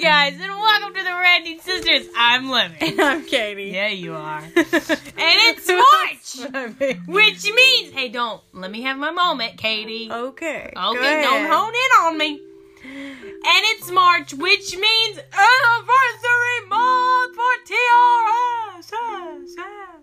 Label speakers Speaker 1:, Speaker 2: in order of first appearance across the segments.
Speaker 1: guys, and welcome to the Randy Sisters. I'm Lemon.
Speaker 2: And I'm Katie.
Speaker 1: Yeah, you are. And
Speaker 2: and
Speaker 1: it's March,
Speaker 2: I mean.
Speaker 1: which means hey, don't let me have my moment, Katie. Okay,
Speaker 2: Okay. go
Speaker 1: don't
Speaker 2: ahead.
Speaker 1: hone in on me. And it's March, which means anniversary month for TRS.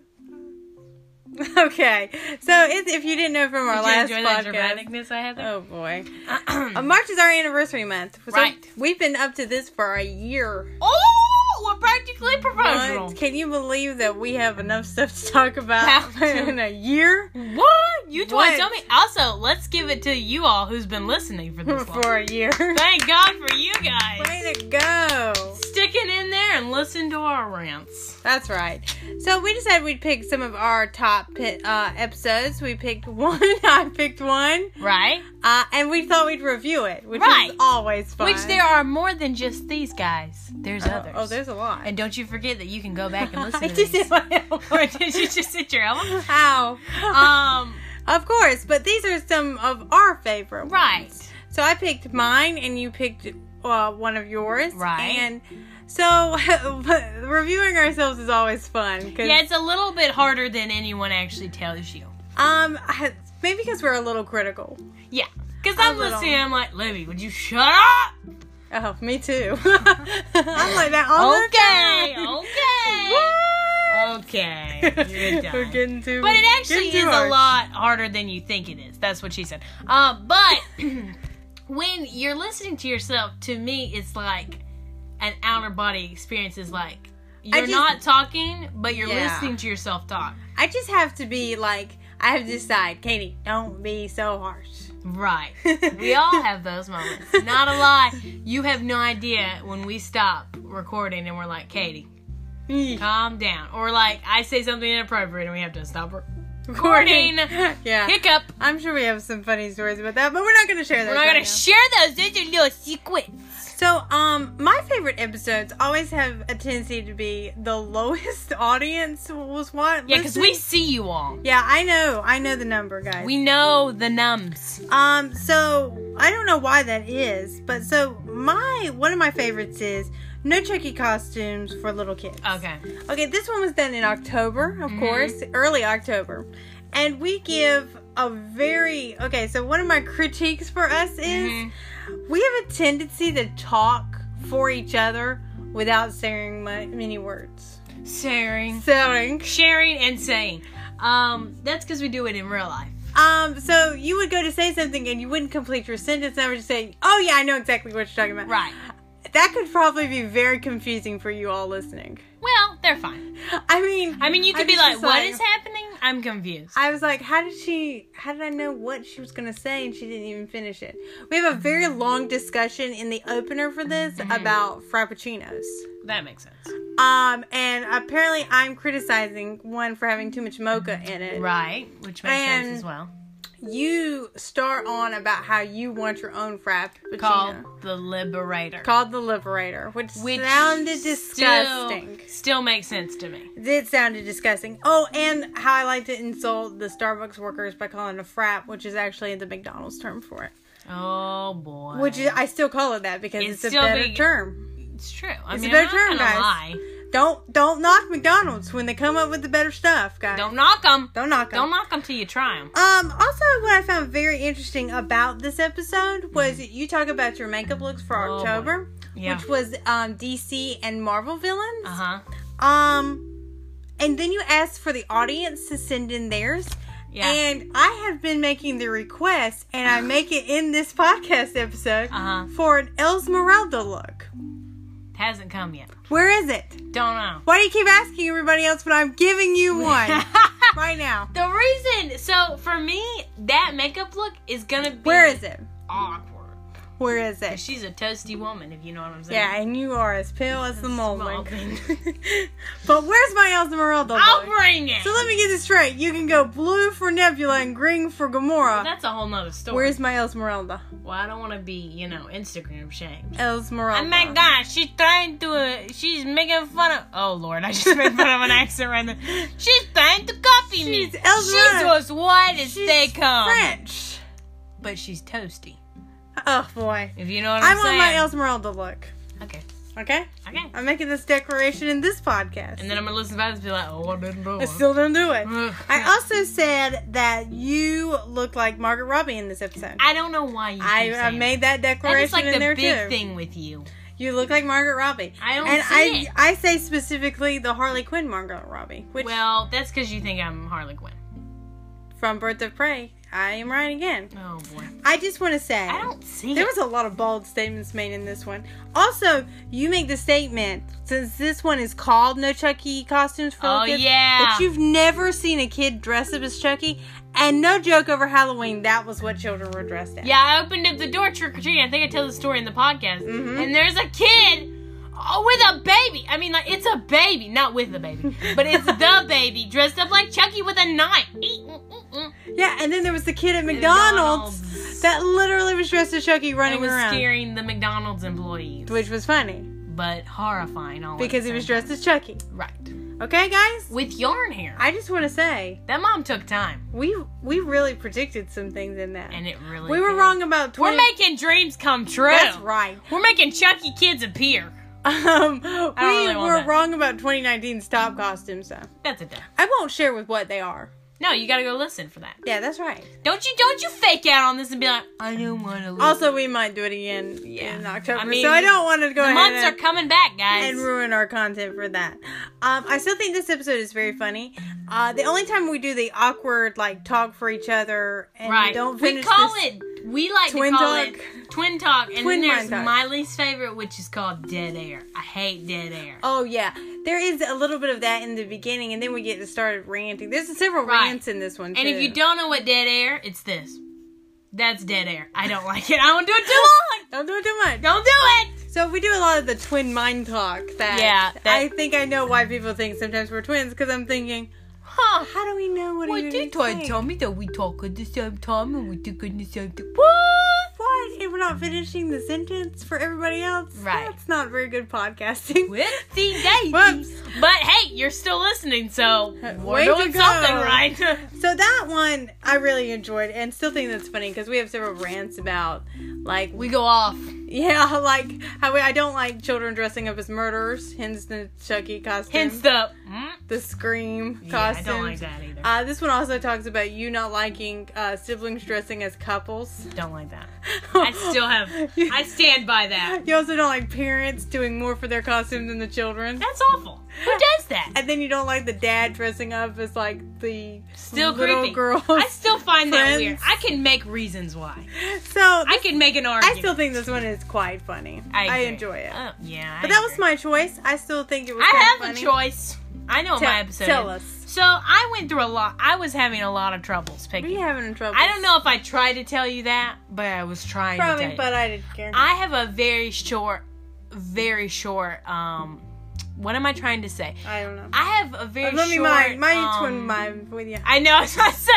Speaker 2: Okay. So it's, if you didn't know from our
Speaker 1: Did you
Speaker 2: last
Speaker 1: enjoy that
Speaker 2: podcast,
Speaker 1: dramaticness I had there?
Speaker 2: oh boy, Uh, March is our anniversary month. So
Speaker 1: Right.
Speaker 2: We've been up to this for a year.
Speaker 1: oh, we're practically professional.
Speaker 2: But can you believe that we have enough stuff to talk about
Speaker 1: How to-
Speaker 2: in a year?
Speaker 1: What? You twice
Speaker 2: What?
Speaker 1: tell me. Also, let's give it to you all who's been listening for this long.
Speaker 2: for a year.
Speaker 1: Thank God for you guys.
Speaker 2: Way to go.
Speaker 1: Sticking in there and listen to our rants.
Speaker 2: That's right. So we decided we'd pick some of our top pi- uh, episodes. We picked one. I picked one,
Speaker 1: Right?
Speaker 2: uh, and we thought we'd review it, which
Speaker 1: Right.
Speaker 2: is always fun.
Speaker 1: Which there are more than just these guys. There's
Speaker 2: Oh,
Speaker 1: others.
Speaker 2: oh, there's a lot.
Speaker 1: and don't you forget that you can go back and listen
Speaker 2: I
Speaker 1: to
Speaker 2: just
Speaker 1: these.
Speaker 2: hit my
Speaker 1: or
Speaker 2: elbow.
Speaker 1: did you just hit your elbow?
Speaker 2: How? Uh,
Speaker 1: Um,
Speaker 2: Of course, but these are some of our favorite. ones.
Speaker 1: right.
Speaker 2: So I picked mine, and you picked uh, one of yours.
Speaker 1: Right.
Speaker 2: And so reviewing ourselves is always fun. 'cause,
Speaker 1: Yeah, it's a little bit harder than anyone actually tells you.
Speaker 2: Um, I- maybe because we're a little critical.
Speaker 1: Yeah. Because I'm
Speaker 2: little.
Speaker 1: listening, I'm like, Libby, would you shut up?
Speaker 2: Oh, me too. I'm like that all the
Speaker 1: okay,
Speaker 2: time.
Speaker 1: okay. Okay. You're
Speaker 2: We're
Speaker 1: done.
Speaker 2: getting too.
Speaker 1: But it actually
Speaker 2: getting
Speaker 1: is
Speaker 2: too
Speaker 1: a
Speaker 2: harsh.
Speaker 1: lot harder than you think it is. That's what she said. Uh, but when you're listening to yourself, to me, it's like an outer body experience. Is like you're
Speaker 2: just-
Speaker 1: not talking, but you're
Speaker 2: Yeah.
Speaker 1: listening to yourself talk.
Speaker 2: I just have to be like, I have to decide, Katie, don't be so harsh.
Speaker 1: Right. We all have those moments. Not a lie. You have no idea when we stop recording and we're like, Katie,
Speaker 2: Eek.
Speaker 1: calm down. Or like I say something inappropriate and we have to stop recording.
Speaker 2: Recording. yeah.
Speaker 1: Hiccup.
Speaker 2: I'm sure we have some funny stories about that, but we're not going to share those.
Speaker 1: We're not gonna
Speaker 2: right now.
Speaker 1: share those. These are little secrets.
Speaker 2: So, um, my favorite episodes always have a tendency to be the lowest audience was what?
Speaker 1: Yeah, because
Speaker 2: listen-
Speaker 1: we see you all.
Speaker 2: Yeah, I know. I know the number, guys.
Speaker 1: We know the numbs.
Speaker 2: Um, so I don't know why that is, but so my one of my favorites is no Chucky costumes for little kids.
Speaker 1: Okay.
Speaker 2: Okay, this one was done in October, of course, early October. And we give a very okay, so one of my critiques for us is
Speaker 1: Mhm.
Speaker 2: we have a tendency to talk for each other without saying mu many words.
Speaker 1: Sharing.
Speaker 2: Saying.
Speaker 1: Sharing and saying. Um, that's because we do it in real life.
Speaker 2: Um, so you would go to say something and you wouldn't complete your sentence, and I would just say, Oh, yeah, I know exactly what you're talking about.
Speaker 1: Right.
Speaker 2: That could probably be very confusing for you all listening.
Speaker 1: Well, they're fine.
Speaker 2: I mean,
Speaker 1: I mean, you could be
Speaker 2: just
Speaker 1: like,
Speaker 2: was
Speaker 1: what is happening? I'm confused.
Speaker 2: I was like, how did she, how did I know what she was going to say and she didn't even finish it? We have a very long discussion in the opener for this
Speaker 1: Mm-hmm.
Speaker 2: about Frappuccinos.
Speaker 1: that makes sense.
Speaker 2: Um, and apparently I'm criticizing one for having too much mocha in it.
Speaker 1: Right. Which makes
Speaker 2: And-
Speaker 1: sense as well.
Speaker 2: You start on about how you want your own Frappuccino.
Speaker 1: Called the Liberator.
Speaker 2: Called the Liberator, which,
Speaker 1: which
Speaker 2: sounded
Speaker 1: still-
Speaker 2: disgusting.
Speaker 1: still makes sense to me.
Speaker 2: It sounded disgusting. Oh, and how I like to insult the Starbucks workers by calling it a frap, which is actually the McDonald's term for it.
Speaker 1: Oh boy.
Speaker 2: Which is, I still call it that because
Speaker 1: It's
Speaker 2: it's, a
Speaker 1: still
Speaker 2: better
Speaker 1: big-
Speaker 2: term.
Speaker 1: it's true. I
Speaker 2: It's
Speaker 1: mean,
Speaker 2: a better
Speaker 1: I'm
Speaker 2: term,
Speaker 1: not gonna
Speaker 2: guys.
Speaker 1: lie.
Speaker 2: Don't don't knock McDonald's when they come up with the better stuff, guys.
Speaker 1: Don't knock them.
Speaker 2: don't knock 'em.
Speaker 1: Don't knock them till you try them.
Speaker 2: Um. Also, what I found very interesting about this episode was that you talk about your makeup looks for
Speaker 1: Mm. Oh, boy.
Speaker 2: October,
Speaker 1: Yeah.
Speaker 2: which was um DC and Marvel villains.
Speaker 1: Uh huh.
Speaker 2: Um, and then you asked for the audience to send in theirs.
Speaker 1: Yeah.
Speaker 2: And I have been making the request, and I make it in this podcast episode
Speaker 1: Uh-huh.
Speaker 2: for an Esmeralda look.
Speaker 1: Hasn't come yet.
Speaker 2: Where is it?
Speaker 1: Don't know.
Speaker 2: Why do you keep asking everybody else when I'm giving you one right now?
Speaker 1: the reason, so for me, that makeup look is gonna be
Speaker 2: Where is it?
Speaker 1: awkward.
Speaker 2: Where is it?
Speaker 1: She's a toasty woman, if you know what I'm saying.
Speaker 2: Yeah, and you are as pale as the mold.
Speaker 1: Smoking.
Speaker 2: but where's my Esmeralda
Speaker 1: I'll
Speaker 2: look?
Speaker 1: bring it.
Speaker 2: So let me get this straight. You can go blue for Nebula and green for Gamora.
Speaker 1: That's a whole nother story.
Speaker 2: Where's my Esmeralda?
Speaker 1: well, I don't want to be, you know, Instagram shamed.
Speaker 2: Esmeralda.
Speaker 1: Oh my god, she's trying to, uh, she's making fun of, oh lord, I just made fun of an accent right there. She's trying to copy me.
Speaker 2: She's Elsa.
Speaker 1: She's as white as
Speaker 2: She's
Speaker 1: they come.
Speaker 2: French.
Speaker 1: But she's toasty,
Speaker 2: Oh boy.
Speaker 1: if you know what
Speaker 2: I
Speaker 1: I'm
Speaker 2: want
Speaker 1: saying.
Speaker 2: my Esmeralda look.
Speaker 1: okay.
Speaker 2: Okay?
Speaker 1: Okay.
Speaker 2: I'm making this declaration in this podcast.
Speaker 1: And then I'm gonna listen back and be like, oh, I didn't know.
Speaker 2: I
Speaker 1: it.
Speaker 2: still don't do it.
Speaker 1: Ugh.
Speaker 2: I also said that you look like Margaret Robbie in this episode.
Speaker 1: I don't know why you.
Speaker 2: I,
Speaker 1: keep
Speaker 2: I
Speaker 1: saying
Speaker 2: made
Speaker 1: that.
Speaker 2: that
Speaker 1: That
Speaker 2: declaration
Speaker 1: is like
Speaker 2: in
Speaker 1: the
Speaker 2: there
Speaker 1: big
Speaker 2: too.
Speaker 1: thing with you.
Speaker 2: You look like Margaret Robbie.
Speaker 1: I don't
Speaker 2: and
Speaker 1: see
Speaker 2: I
Speaker 1: it.
Speaker 2: I say specifically the Harley Quinn Margaret Robbie, which
Speaker 1: Well, that's because you think I'm Harley Quinn.
Speaker 2: from Birth of Prey, I am right again.
Speaker 1: Oh boy,
Speaker 2: I just want to say
Speaker 1: I don't see
Speaker 2: there
Speaker 1: it.
Speaker 2: was a lot of bold statements made in this one. Also, you make the statement since this one is called No Chucky Costumes for
Speaker 1: Oh
Speaker 2: Little Kids,
Speaker 1: yeah.
Speaker 2: that you've never seen a kid dress up as Chucky, and no joke over Halloween, that was what children were dressed as.
Speaker 1: Yeah, I opened up the door trick or treating. I think I tell the story in the podcast.
Speaker 2: Mhm.
Speaker 1: And there's a kid oh, with a baby. I mean, like it's a baby, not with the baby, but it's the baby dressed up like Chucky with a knife. Eek, mm, mm, mm.
Speaker 2: Yeah, and then there was the kid at McDonald's,
Speaker 1: McDonald's.
Speaker 2: that literally was dressed as Chucky
Speaker 1: It
Speaker 2: running
Speaker 1: was
Speaker 2: around,
Speaker 1: scaring the McDonald's employees,
Speaker 2: which was funny
Speaker 1: but horrifying. All at
Speaker 2: because
Speaker 1: the
Speaker 2: he was
Speaker 1: same time.
Speaker 2: dressed as Chucky.
Speaker 1: right
Speaker 2: Okay, guys,
Speaker 1: with yarn hair.
Speaker 2: I just want to say
Speaker 1: that mom took time,
Speaker 2: we we really predicted some things in that.
Speaker 1: and it really
Speaker 2: we were
Speaker 1: did.
Speaker 2: wrong about 20
Speaker 1: We're making dreams come true.
Speaker 2: That's right.
Speaker 1: We're making Chucky kids appear.
Speaker 2: Um, we
Speaker 1: really want
Speaker 2: were
Speaker 1: that.
Speaker 2: wrong about 2019's top costumes, though.
Speaker 1: That's a duh.
Speaker 2: I won't share with what they are.
Speaker 1: No, you gotta go listen for that.
Speaker 2: Yeah, that's right.
Speaker 1: Don't you don't you fake out on this and be like, I don't want to.
Speaker 2: Also, we might do it again
Speaker 1: Yeah.
Speaker 2: in October,
Speaker 1: I mean,
Speaker 2: so I don't want to
Speaker 1: the
Speaker 2: go ahead
Speaker 1: months are
Speaker 2: and,
Speaker 1: coming back, guys.
Speaker 2: and ruin our content for that. Um, I still think this episode is very funny. Uh, the only time we do the awkward like talk for each other and
Speaker 1: right?
Speaker 2: don't
Speaker 1: we
Speaker 2: finish
Speaker 1: call
Speaker 2: this-
Speaker 1: it. We like
Speaker 2: Twin
Speaker 1: to call
Speaker 2: talk.
Speaker 1: it twin talk, and
Speaker 2: Twin
Speaker 1: then there's
Speaker 2: mind talk.
Speaker 1: my least favorite, which is called dead air. I hate dead air.
Speaker 2: Oh yeah, there is a little bit of that in the beginning, and then we get to start ranting. There's several
Speaker 1: Right.
Speaker 2: rants in this one.
Speaker 1: and if
Speaker 2: too.
Speaker 1: you don't know what dead air, it's this. That's dead air. I don't like it. I don't do it too long.
Speaker 2: don't do it too much.
Speaker 1: Don't do it.
Speaker 2: So we do a lot of the twin mind talk. That
Speaker 1: Yeah, that-
Speaker 2: I think I know why people think sometimes we're twins because I'm thinking,
Speaker 1: Huh?
Speaker 2: how do we know what, are you think?
Speaker 1: me that we talk at the same time and we think at the same time? What?
Speaker 2: What if we're not finishing the sentence for everybody else?
Speaker 1: Right.
Speaker 2: That's not very good podcasting.
Speaker 1: With the days.
Speaker 2: Whoops.
Speaker 1: But hey, you're still listening, so we're
Speaker 2: Way to
Speaker 1: doing
Speaker 2: go.
Speaker 1: something right.
Speaker 2: So that one I really enjoyed and still think that's funny because we have several rants about like
Speaker 1: we go off.
Speaker 2: yeah like how we, I don't like children dressing up as murderers hence the Chucky costume
Speaker 1: Hence the mm,
Speaker 2: the scream
Speaker 1: yeah, I
Speaker 2: costume
Speaker 1: don't like that either.
Speaker 2: Uh, this one also talks about you not liking uh, siblings dressing as couples.
Speaker 1: don't like that. I still have. I stand by that.
Speaker 2: You also don't like parents doing more for their costume than the children.
Speaker 1: That's awful. Who does that?
Speaker 2: And then you don't like the dad dressing up as like the
Speaker 1: Still
Speaker 2: little
Speaker 1: creepy.
Speaker 2: girl.
Speaker 1: I still find that
Speaker 2: friends.
Speaker 1: weird. I can make reasons why.
Speaker 2: so I,
Speaker 1: I can make an argument.
Speaker 2: I still think this one is quite funny.
Speaker 1: I, agree.
Speaker 2: enjoy it.
Speaker 1: Oh, yeah.
Speaker 2: but
Speaker 1: I
Speaker 2: that was
Speaker 1: agree.
Speaker 2: my choice. I still think it was.
Speaker 1: I
Speaker 2: kinda
Speaker 1: have
Speaker 2: funny.
Speaker 1: a choice. I know what
Speaker 2: Tell,
Speaker 1: my episode.
Speaker 2: tell
Speaker 1: is.
Speaker 2: us.
Speaker 1: So I went through a lot. I was having a lot of troubles
Speaker 2: Were
Speaker 1: picking.
Speaker 2: you having trouble?
Speaker 1: I don't know if I tried to tell you that, but I was trying to tell
Speaker 2: Probably,
Speaker 1: you.
Speaker 2: but I didn't care.
Speaker 1: I have a very short, very short. Um, what am I trying to say?
Speaker 2: I don't know.
Speaker 1: I have a very
Speaker 2: But let me
Speaker 1: short.
Speaker 2: mind. My
Speaker 1: um,
Speaker 2: twin mind with you.
Speaker 1: I know. I was about to say.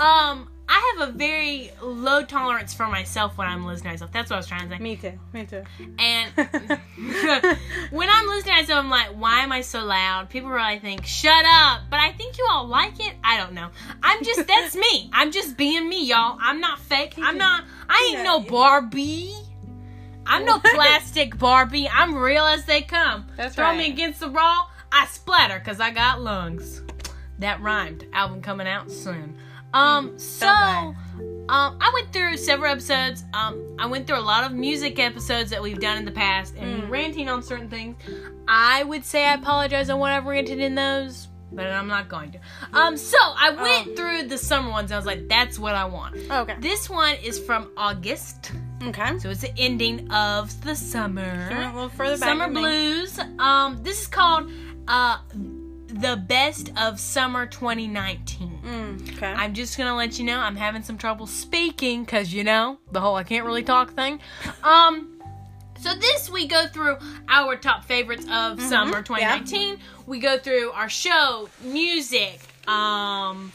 Speaker 1: Um, I have a very low tolerance for myself when I'm listening to myself. That's what I was trying to say.
Speaker 2: Me too. Me too.
Speaker 1: And when I'm listening to myself, I'm like, why am I so loud? People really think, shut up. But I think you all like it. I don't know. I'm just, that's me. I'm just being me, y'all. I'm not fake. I'm not, I ain't no Barbie. I'm no
Speaker 2: What?
Speaker 1: plastic Barbie. I'm real as they come.
Speaker 2: That's
Speaker 1: Throw me
Speaker 2: right.
Speaker 1: against the wall, I splatter because I got lungs. That rhymed. Album coming out soon. Um, so,
Speaker 2: bad.
Speaker 1: um, I went through several episodes. Um, I went through a lot of music episodes that we've done in the past and ranting on certain things. I would say I apologize on what I've ranted in those, but I'm not going to. Um, so I went
Speaker 2: Oh.
Speaker 1: through the summer ones. I was like, that's what I want.
Speaker 2: Okay.
Speaker 1: This one is from August,
Speaker 2: Okay.
Speaker 1: so it's the ending of the summer.
Speaker 2: She went a little further back.
Speaker 1: Summer
Speaker 2: than me.
Speaker 1: Blues. Um, this is called uh, the best of summer 2019.
Speaker 2: Mm, okay.
Speaker 1: I'm just gonna let you know I'm having some trouble speaking because you know the whole I can't really talk thing. Um, so this we go through our top favorites of summer 2019. We go through our show, music, um,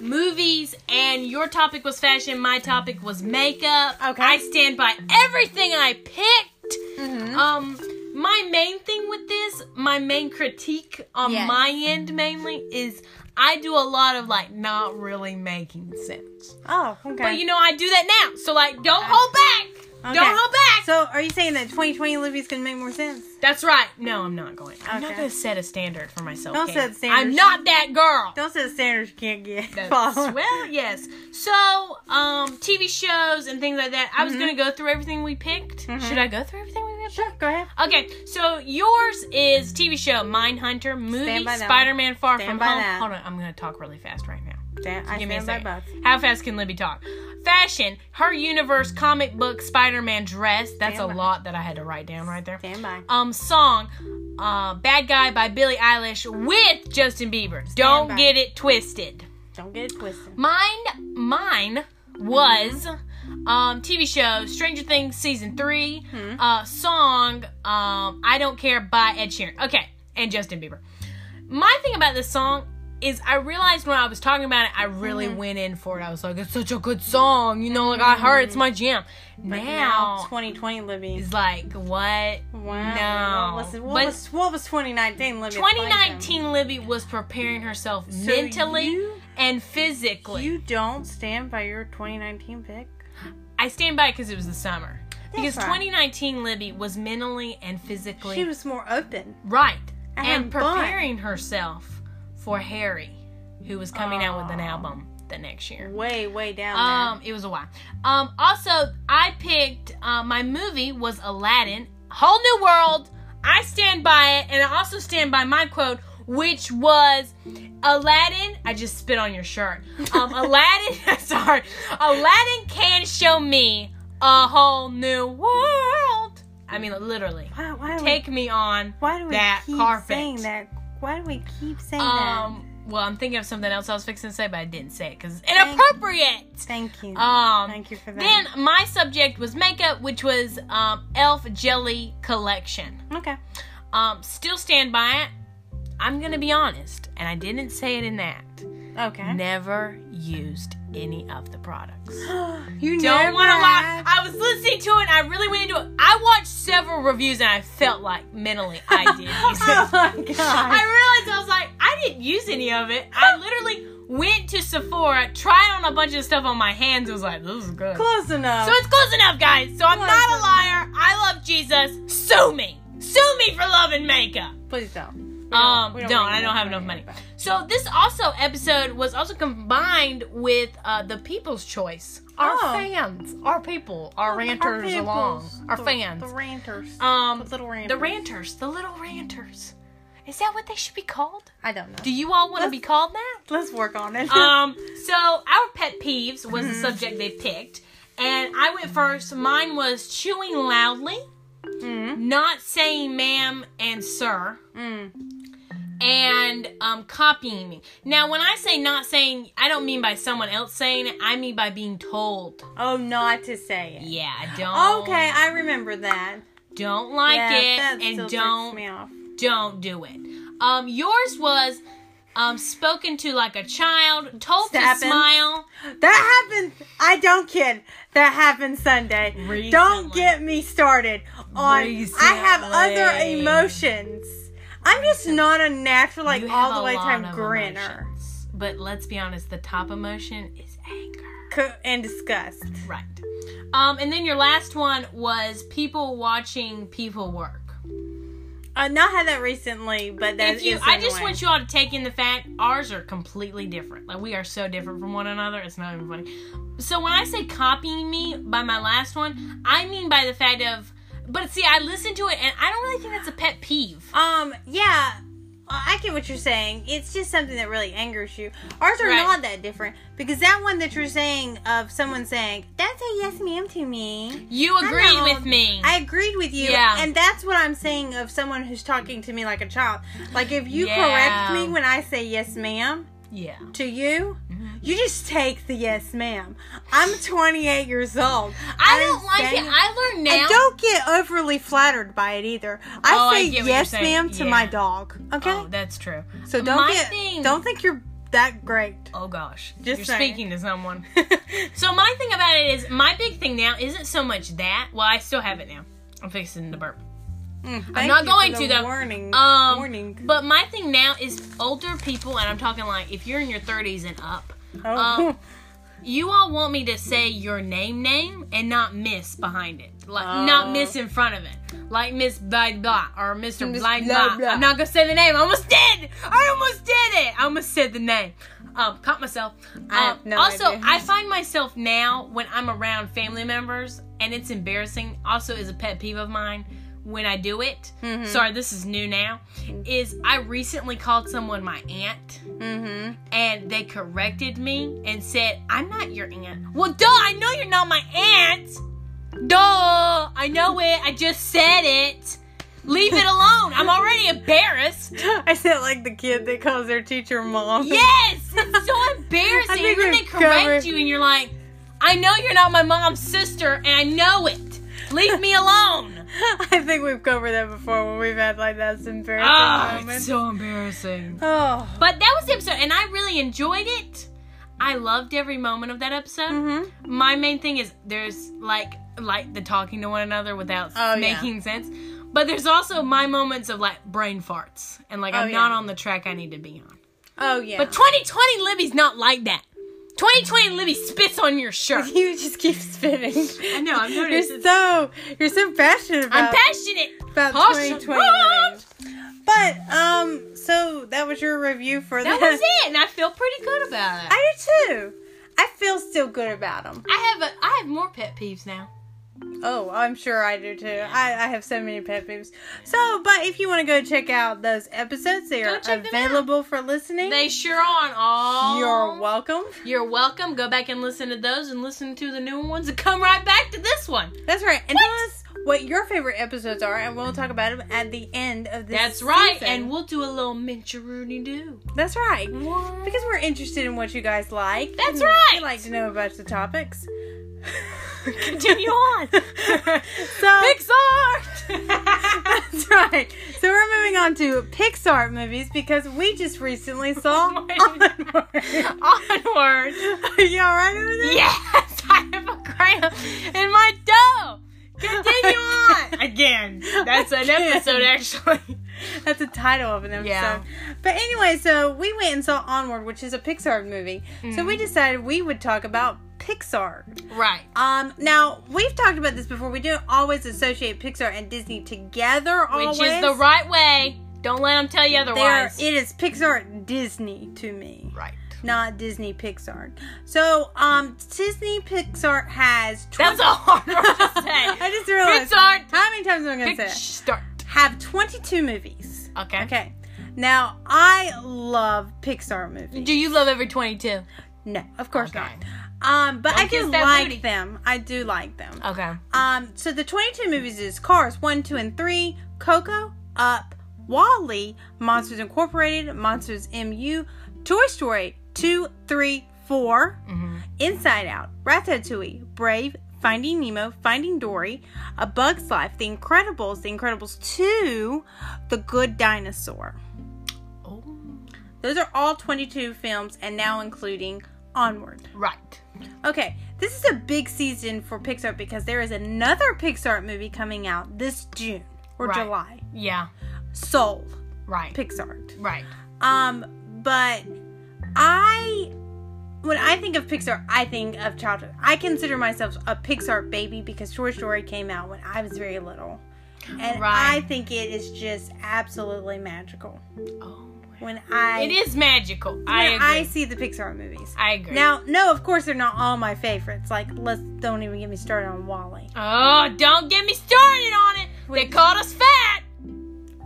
Speaker 1: movies, and your topic was fashion. My topic was makeup.
Speaker 2: Okay.
Speaker 1: I stand by everything I picked.
Speaker 2: Mhm.
Speaker 1: Um, my main thing with this, my main critique on
Speaker 2: Yes.
Speaker 1: my end mainly is I do a lot of like not really making sense.
Speaker 2: oh, okay.
Speaker 1: But you know I do that now, so like don't hold back.
Speaker 2: Okay.
Speaker 1: Don't hold back.
Speaker 2: So, are you saying that 2020 Olivia's gonna make more sense?
Speaker 1: That's right. No, I'm not going. I'm not
Speaker 2: Okay.
Speaker 1: going to set a standard for myself.
Speaker 2: Don't
Speaker 1: Kate.
Speaker 2: set standards.
Speaker 1: I'm not that girl.
Speaker 2: Don't set standards you can't get.
Speaker 1: That's-
Speaker 2: Follow.
Speaker 1: well, yes. So, um, TV shows and things like that. I was going to go through everything we picked. Should I go through everything we picked?
Speaker 2: Mm-hmm. Sure, go ahead.
Speaker 1: Okay, so yours is TV show Mindhunter, movie
Speaker 2: Stand by that
Speaker 1: Spider-Man Far
Speaker 2: Stand
Speaker 1: From
Speaker 2: by
Speaker 1: Home.
Speaker 2: that.
Speaker 1: Hold on, I'm going to talk really fast right now.
Speaker 2: Damn, I
Speaker 1: Give me a
Speaker 2: stand by both.
Speaker 1: second. How fast can Libby talk? Fashion, her universe, comic book, Spider-Man dress. That's
Speaker 2: Stand
Speaker 1: a
Speaker 2: by.
Speaker 1: lot that I had to write down right there.
Speaker 2: Stand by.
Speaker 1: Um, song, uh, Bad Guy by Billie Eilish with Justin Bieber. Don't
Speaker 2: by.
Speaker 1: get it twisted.
Speaker 2: Don't get it twisted.
Speaker 1: Mine, mine was um, TV show Stranger Things season three,
Speaker 2: Hmm.
Speaker 1: uh, song um, I Don't Care by Ed Sheeran. Okay, and Justin Bieber. My thing about this song is I realized when I was talking about it, I really
Speaker 2: Hmm.
Speaker 1: went in for it. I was like, it's such a good song, you know, like I heard
Speaker 2: Hmm.
Speaker 1: it's my jam. Now
Speaker 2: 2020 Libby.
Speaker 1: it's like, what?
Speaker 2: Wow.
Speaker 1: No.
Speaker 2: What was, what
Speaker 1: But-
Speaker 2: was, what was 2019 Libby? Explain to me.
Speaker 1: 2019 Libby was preparing herself
Speaker 2: So
Speaker 1: mentally
Speaker 2: you-
Speaker 1: and physically.
Speaker 2: You don't stand by your 2019 pick?
Speaker 1: I stand by because it was the summer. because
Speaker 2: right.
Speaker 1: 2019 Libby was mentally and physically
Speaker 2: She was more open.
Speaker 1: right
Speaker 2: I
Speaker 1: and
Speaker 2: had fun.
Speaker 1: preparing herself for Harry, who was coming out with an album the next year.
Speaker 2: Way, way down
Speaker 1: Um, it was a while. Um, also, I picked uh, my movie was Aladdin, whole new world. I stand by it, and I also stand by my quote, which was Aladdin. I just spit on your shirt. Um, Aladdin, sorry, Aladdin can show me a whole new world. I mean, literally,
Speaker 2: there. Why, why, do we,
Speaker 1: Um, take me on.
Speaker 2: why do we
Speaker 1: that
Speaker 2: keep
Speaker 1: carpet.
Speaker 2: saying that? Why do we keep saying that?
Speaker 1: Um, well, I'm thinking of something else I was fixing to say, but I didn't say it because it's inappropriate.
Speaker 2: Thank you.
Speaker 1: Um,
Speaker 2: Thank you for
Speaker 1: Then
Speaker 2: that.
Speaker 1: my subject was makeup, which was um, Elf Jelly Collection.
Speaker 2: okay.
Speaker 1: Um, still stand by it. I'm gonna be honest, and I didn't say it in that.
Speaker 2: Okay.
Speaker 1: Never used any of the products.
Speaker 2: you
Speaker 1: Don't
Speaker 2: never
Speaker 1: want to lie.
Speaker 2: have-
Speaker 1: I was listening to it. and I really went into it. I watched several reviews, and I felt like mentally I did use it.
Speaker 2: Oh my god.
Speaker 1: I realized I was like, I didn't use any of it. I literally went to Sephora, tried on a bunch of stuff on my hands, and was like, this is good.
Speaker 2: Close enough.
Speaker 1: So it's close enough, guys. So I'm
Speaker 2: Close
Speaker 1: not a
Speaker 2: enough.
Speaker 1: liar. I love Jesus. Sue me. Sue me for loving makeup.
Speaker 2: Please don't. We
Speaker 1: Um,
Speaker 2: we
Speaker 1: don't.
Speaker 2: make
Speaker 1: I don't have enough money. So this also episode was also combined with uh, the People's Choice. Our
Speaker 2: Oh.
Speaker 1: fans, our people, our ranters along,
Speaker 2: peoples,
Speaker 1: our
Speaker 2: the-
Speaker 1: fans.
Speaker 2: The ranters.
Speaker 1: um,
Speaker 2: the little ranters.
Speaker 1: the ranters, the little ranters. Is that what they should be called?
Speaker 2: I don't know.
Speaker 1: Do you all want to be
Speaker 2: Let's-
Speaker 1: called that?
Speaker 2: Let's work on it.
Speaker 1: um, so our pet peeves was
Speaker 2: Mm-hmm.
Speaker 1: the subject they picked, and I went first. Mine was chewing loudly,
Speaker 2: Mhm.
Speaker 1: not saying "ma'am" and "sir,"
Speaker 2: Mm.
Speaker 1: and um, copying me. Now, when I say not saying, I don't mean by someone else saying it. I mean by being told.
Speaker 2: Oh, not to say it.
Speaker 1: Yeah, I don't.
Speaker 2: Okay, I remember that.
Speaker 1: Don't like
Speaker 2: yeah, that
Speaker 1: it,
Speaker 2: still
Speaker 1: and
Speaker 2: ticks
Speaker 1: don't
Speaker 2: me off.
Speaker 1: don't do it. Um, yours was. Um, spoken to like a child, told to
Speaker 2: Stabbing.
Speaker 1: smile.
Speaker 2: That happened. I don't kid. That happened Sunday.
Speaker 1: Recently.
Speaker 2: Don't get me started on. I have other
Speaker 1: Recently.
Speaker 2: emotions. I'm just not a natural, like
Speaker 1: You have
Speaker 2: all the
Speaker 1: a
Speaker 2: way
Speaker 1: lot
Speaker 2: time
Speaker 1: of
Speaker 2: grinner
Speaker 1: emotions, But let's be honest, the top emotion is anger.
Speaker 2: Co- and disgust.
Speaker 1: Right. Um, and then your last one was people watching people work.
Speaker 2: I Uh, not had that recently, but that's
Speaker 1: If you, I just want you all to take in the fact ours are completely different. Like we are so different from one another. It's not even funny. So when I say copying me by my last one, I mean by the fact of. But see, I listened to it, and I don't really think that's a pet peeve.
Speaker 2: Um. Yeah. I I get what you're saying. It's just something that really angers you. Ours are
Speaker 1: Right.
Speaker 2: not that different because that one that you're saying of someone saying, "That's a yes, ma'am" to me.
Speaker 1: You agreed
Speaker 2: know.
Speaker 1: with me.
Speaker 2: I agreed with you,
Speaker 1: Yeah.
Speaker 2: and that's what I'm saying of someone who's talking to me like a child. Like if you
Speaker 1: Yeah.
Speaker 2: correct me when I say yes, ma'am
Speaker 1: yeah.
Speaker 2: to you,
Speaker 1: Mm-hmm.
Speaker 2: you just take the yes, ma'am. I'm 28 years old.
Speaker 1: I
Speaker 2: I'm
Speaker 1: don't like it.
Speaker 2: saying-
Speaker 1: I learned now.
Speaker 2: and don't get overly flattered by it either. I
Speaker 1: Oh, I
Speaker 2: say
Speaker 1: get what you're
Speaker 2: yes,
Speaker 1: saying.
Speaker 2: ma'am, to
Speaker 1: Yeah.
Speaker 2: my dog. Okay,
Speaker 1: Oh, that's true.
Speaker 2: so don't
Speaker 1: my
Speaker 2: get
Speaker 1: thing-
Speaker 2: don't think you're that great. Mm,
Speaker 1: Oh gosh,
Speaker 2: Just
Speaker 1: you're
Speaker 2: saying.
Speaker 1: speaking to someone. so my thing about it is, my big thing now isn't so much that. Well, I still have it now. I'm fixing the burp.
Speaker 2: I'm
Speaker 1: not going to, though.
Speaker 2: Warning.
Speaker 1: Um,
Speaker 2: warning.
Speaker 1: But my thing now is older people, and I'm talking like if you're in your 30s and up.
Speaker 2: oh.
Speaker 1: um, You all want me to say your name, name, and not miss behind it, like not
Speaker 2: Oh.
Speaker 1: miss in front of it, like Miss Blah Blah or Mister
Speaker 2: Miss
Speaker 1: Blind
Speaker 2: Blah
Speaker 1: Blah.
Speaker 2: Blah.
Speaker 1: I'm not gonna say the name. I almost did. I almost did it. I almost said the name. Um, caught myself.
Speaker 2: I have
Speaker 1: Um,
Speaker 2: no
Speaker 1: also,
Speaker 2: idea.
Speaker 1: I find myself now when I'm around family members, and it's embarrassing. Also, is a pet peeve of mine when I do it.
Speaker 2: Mhm.
Speaker 1: Sorry, this is new now. Is I recently called someone my aunt
Speaker 2: Mm-hmm.
Speaker 1: and they corrected me and said, I'm not your aunt. Well, duh, I know you're not my aunt. Duh, I know it. I just said it. Leave it alone. I'm already embarrassed.
Speaker 2: I sound like the kid that calls their teacher mom.
Speaker 1: Yes, it's so
Speaker 2: I
Speaker 1: embarrassing. And
Speaker 2: think
Speaker 1: then
Speaker 2: we've
Speaker 1: they correct
Speaker 2: covered-
Speaker 1: you, and you're like, I know you're not my mom's sister, and I know it. Leave me alone.
Speaker 2: I think we've covered that before when we've had like that embarrassing
Speaker 1: Ah,
Speaker 2: moment.
Speaker 1: it's so embarrassing.
Speaker 2: oh.
Speaker 1: But that was the episode, and I really enjoyed it. I loved every moment of that episode.
Speaker 2: Mm-hmm.
Speaker 1: my main thing is there's like like the talking to one another without
Speaker 2: Oh, yeah.
Speaker 1: making sense but there's also my moments of like brain farts and like
Speaker 2: Oh,
Speaker 1: i'm
Speaker 2: yeah.
Speaker 1: not on the track i need to be on
Speaker 2: Oh yeah.
Speaker 1: but 2020 libby's not like that 2020 libby spits on your shirt
Speaker 2: you just keep spinning.
Speaker 1: I know, I've
Speaker 2: You're
Speaker 1: noticed it's-
Speaker 2: so you're so passionate
Speaker 1: i'm
Speaker 2: about
Speaker 1: passionate
Speaker 2: about
Speaker 1: Passion-
Speaker 2: 2020. But um, so that was your review for
Speaker 1: that was it and i feel pretty good about it I,
Speaker 2: I do too. I feel still good about them.
Speaker 1: have a i have more pet peeves now
Speaker 2: Oh, I'm sure I do too. I, I have so many pet peeves. So, but if you want to go check out those episodes, they
Speaker 1: Go
Speaker 2: are
Speaker 1: check them
Speaker 2: available for listening.
Speaker 1: they sure are on all
Speaker 2: You're welcome.
Speaker 1: you're welcome go back and listen to those and listen to the new ones and come right back to this one
Speaker 2: That's right. And
Speaker 1: What?
Speaker 2: tell us what your favorite episodes are, and we'll talk about them at the end of this.
Speaker 1: That's right,
Speaker 2: season.
Speaker 1: and we'll do a little mincheroonie do.
Speaker 2: that's right.
Speaker 1: What?
Speaker 2: Because we're interested in what you guys like.
Speaker 1: That's
Speaker 2: and
Speaker 1: right.
Speaker 2: We like to know about the topics.
Speaker 1: Continue on.
Speaker 2: So
Speaker 1: Pixar.
Speaker 2: that's right. So we're moving on to Pixar movies because we just recently saw
Speaker 1: Oh my
Speaker 2: Onward.
Speaker 1: Onward.
Speaker 2: Are you all right over there?
Speaker 1: Yes, I have a cramp in my toe. Continue on. Again, that's an
Speaker 2: Again.
Speaker 1: episode actually.
Speaker 2: That's the title of an episode.
Speaker 1: Yeah.
Speaker 2: But anyway, so we went and saw Onward, which is a Pixar movie. So
Speaker 1: Mm-hmm.
Speaker 2: we decided we would talk about Pixar.
Speaker 1: Right.
Speaker 2: Um, now we've talked about this before. We don't always associate Pixar and Disney together. Always,
Speaker 1: Which is the right way. Don't let them tell you
Speaker 2: They are-
Speaker 1: otherwise.
Speaker 2: It is Pixar Disney to me.
Speaker 1: right.
Speaker 2: not Disney Pixar. So, um, Disney Pixar has. Tw-
Speaker 1: That's a hard word to
Speaker 2: I
Speaker 1: say.
Speaker 2: just realized.
Speaker 1: Pixar.
Speaker 2: How many times am I gonna say it?
Speaker 1: Pixar.
Speaker 2: Have 22 movies.
Speaker 1: Okay.
Speaker 2: Okay. Now, I love Pixar movies.
Speaker 1: Do you love every 22?
Speaker 2: No, of course
Speaker 1: Okay.
Speaker 2: not. Um, but
Speaker 1: Don't
Speaker 2: I do
Speaker 1: kiss that
Speaker 2: like
Speaker 1: booty.
Speaker 2: them. I do like them.
Speaker 1: Okay.
Speaker 2: Um, so the 22 movies is Cars 1, 2, and 3, Coco, Up, Wally, Monsters Incorporated, Monsters MU, Toy Story 2, 3, 4, Inside Out, Ratatouille, Brave, Finding Nemo, Finding Dory, A Bug's Life, The Incredibles, The Incredibles 2, The Good Dinosaur.
Speaker 1: Oh.
Speaker 2: Those are all 22 films and now including Onward.
Speaker 1: Right.
Speaker 2: Okay, this is a big season for Pixar because there is another Pixar movie coming out this June or
Speaker 1: Right.
Speaker 2: July.
Speaker 1: Yeah.
Speaker 2: Soul,
Speaker 1: Right.
Speaker 2: Pixar.
Speaker 1: right.
Speaker 2: Um, but I when I think of Pixar, I think of childhood. I consider myself a Pixar baby because Toy Story came out when I was very little. And I
Speaker 1: Right.
Speaker 2: think it is just absolutely magical.
Speaker 1: Oh.
Speaker 2: When I
Speaker 1: It is magical. I
Speaker 2: when I
Speaker 1: agree.
Speaker 2: see the Pixar movies.
Speaker 1: I, agree.
Speaker 2: Now, no, of course they're not all my favorites. Like, let's don't even get me started on Wally.
Speaker 1: oh, don't get me started on it. They
Speaker 2: Wait.
Speaker 1: called us fat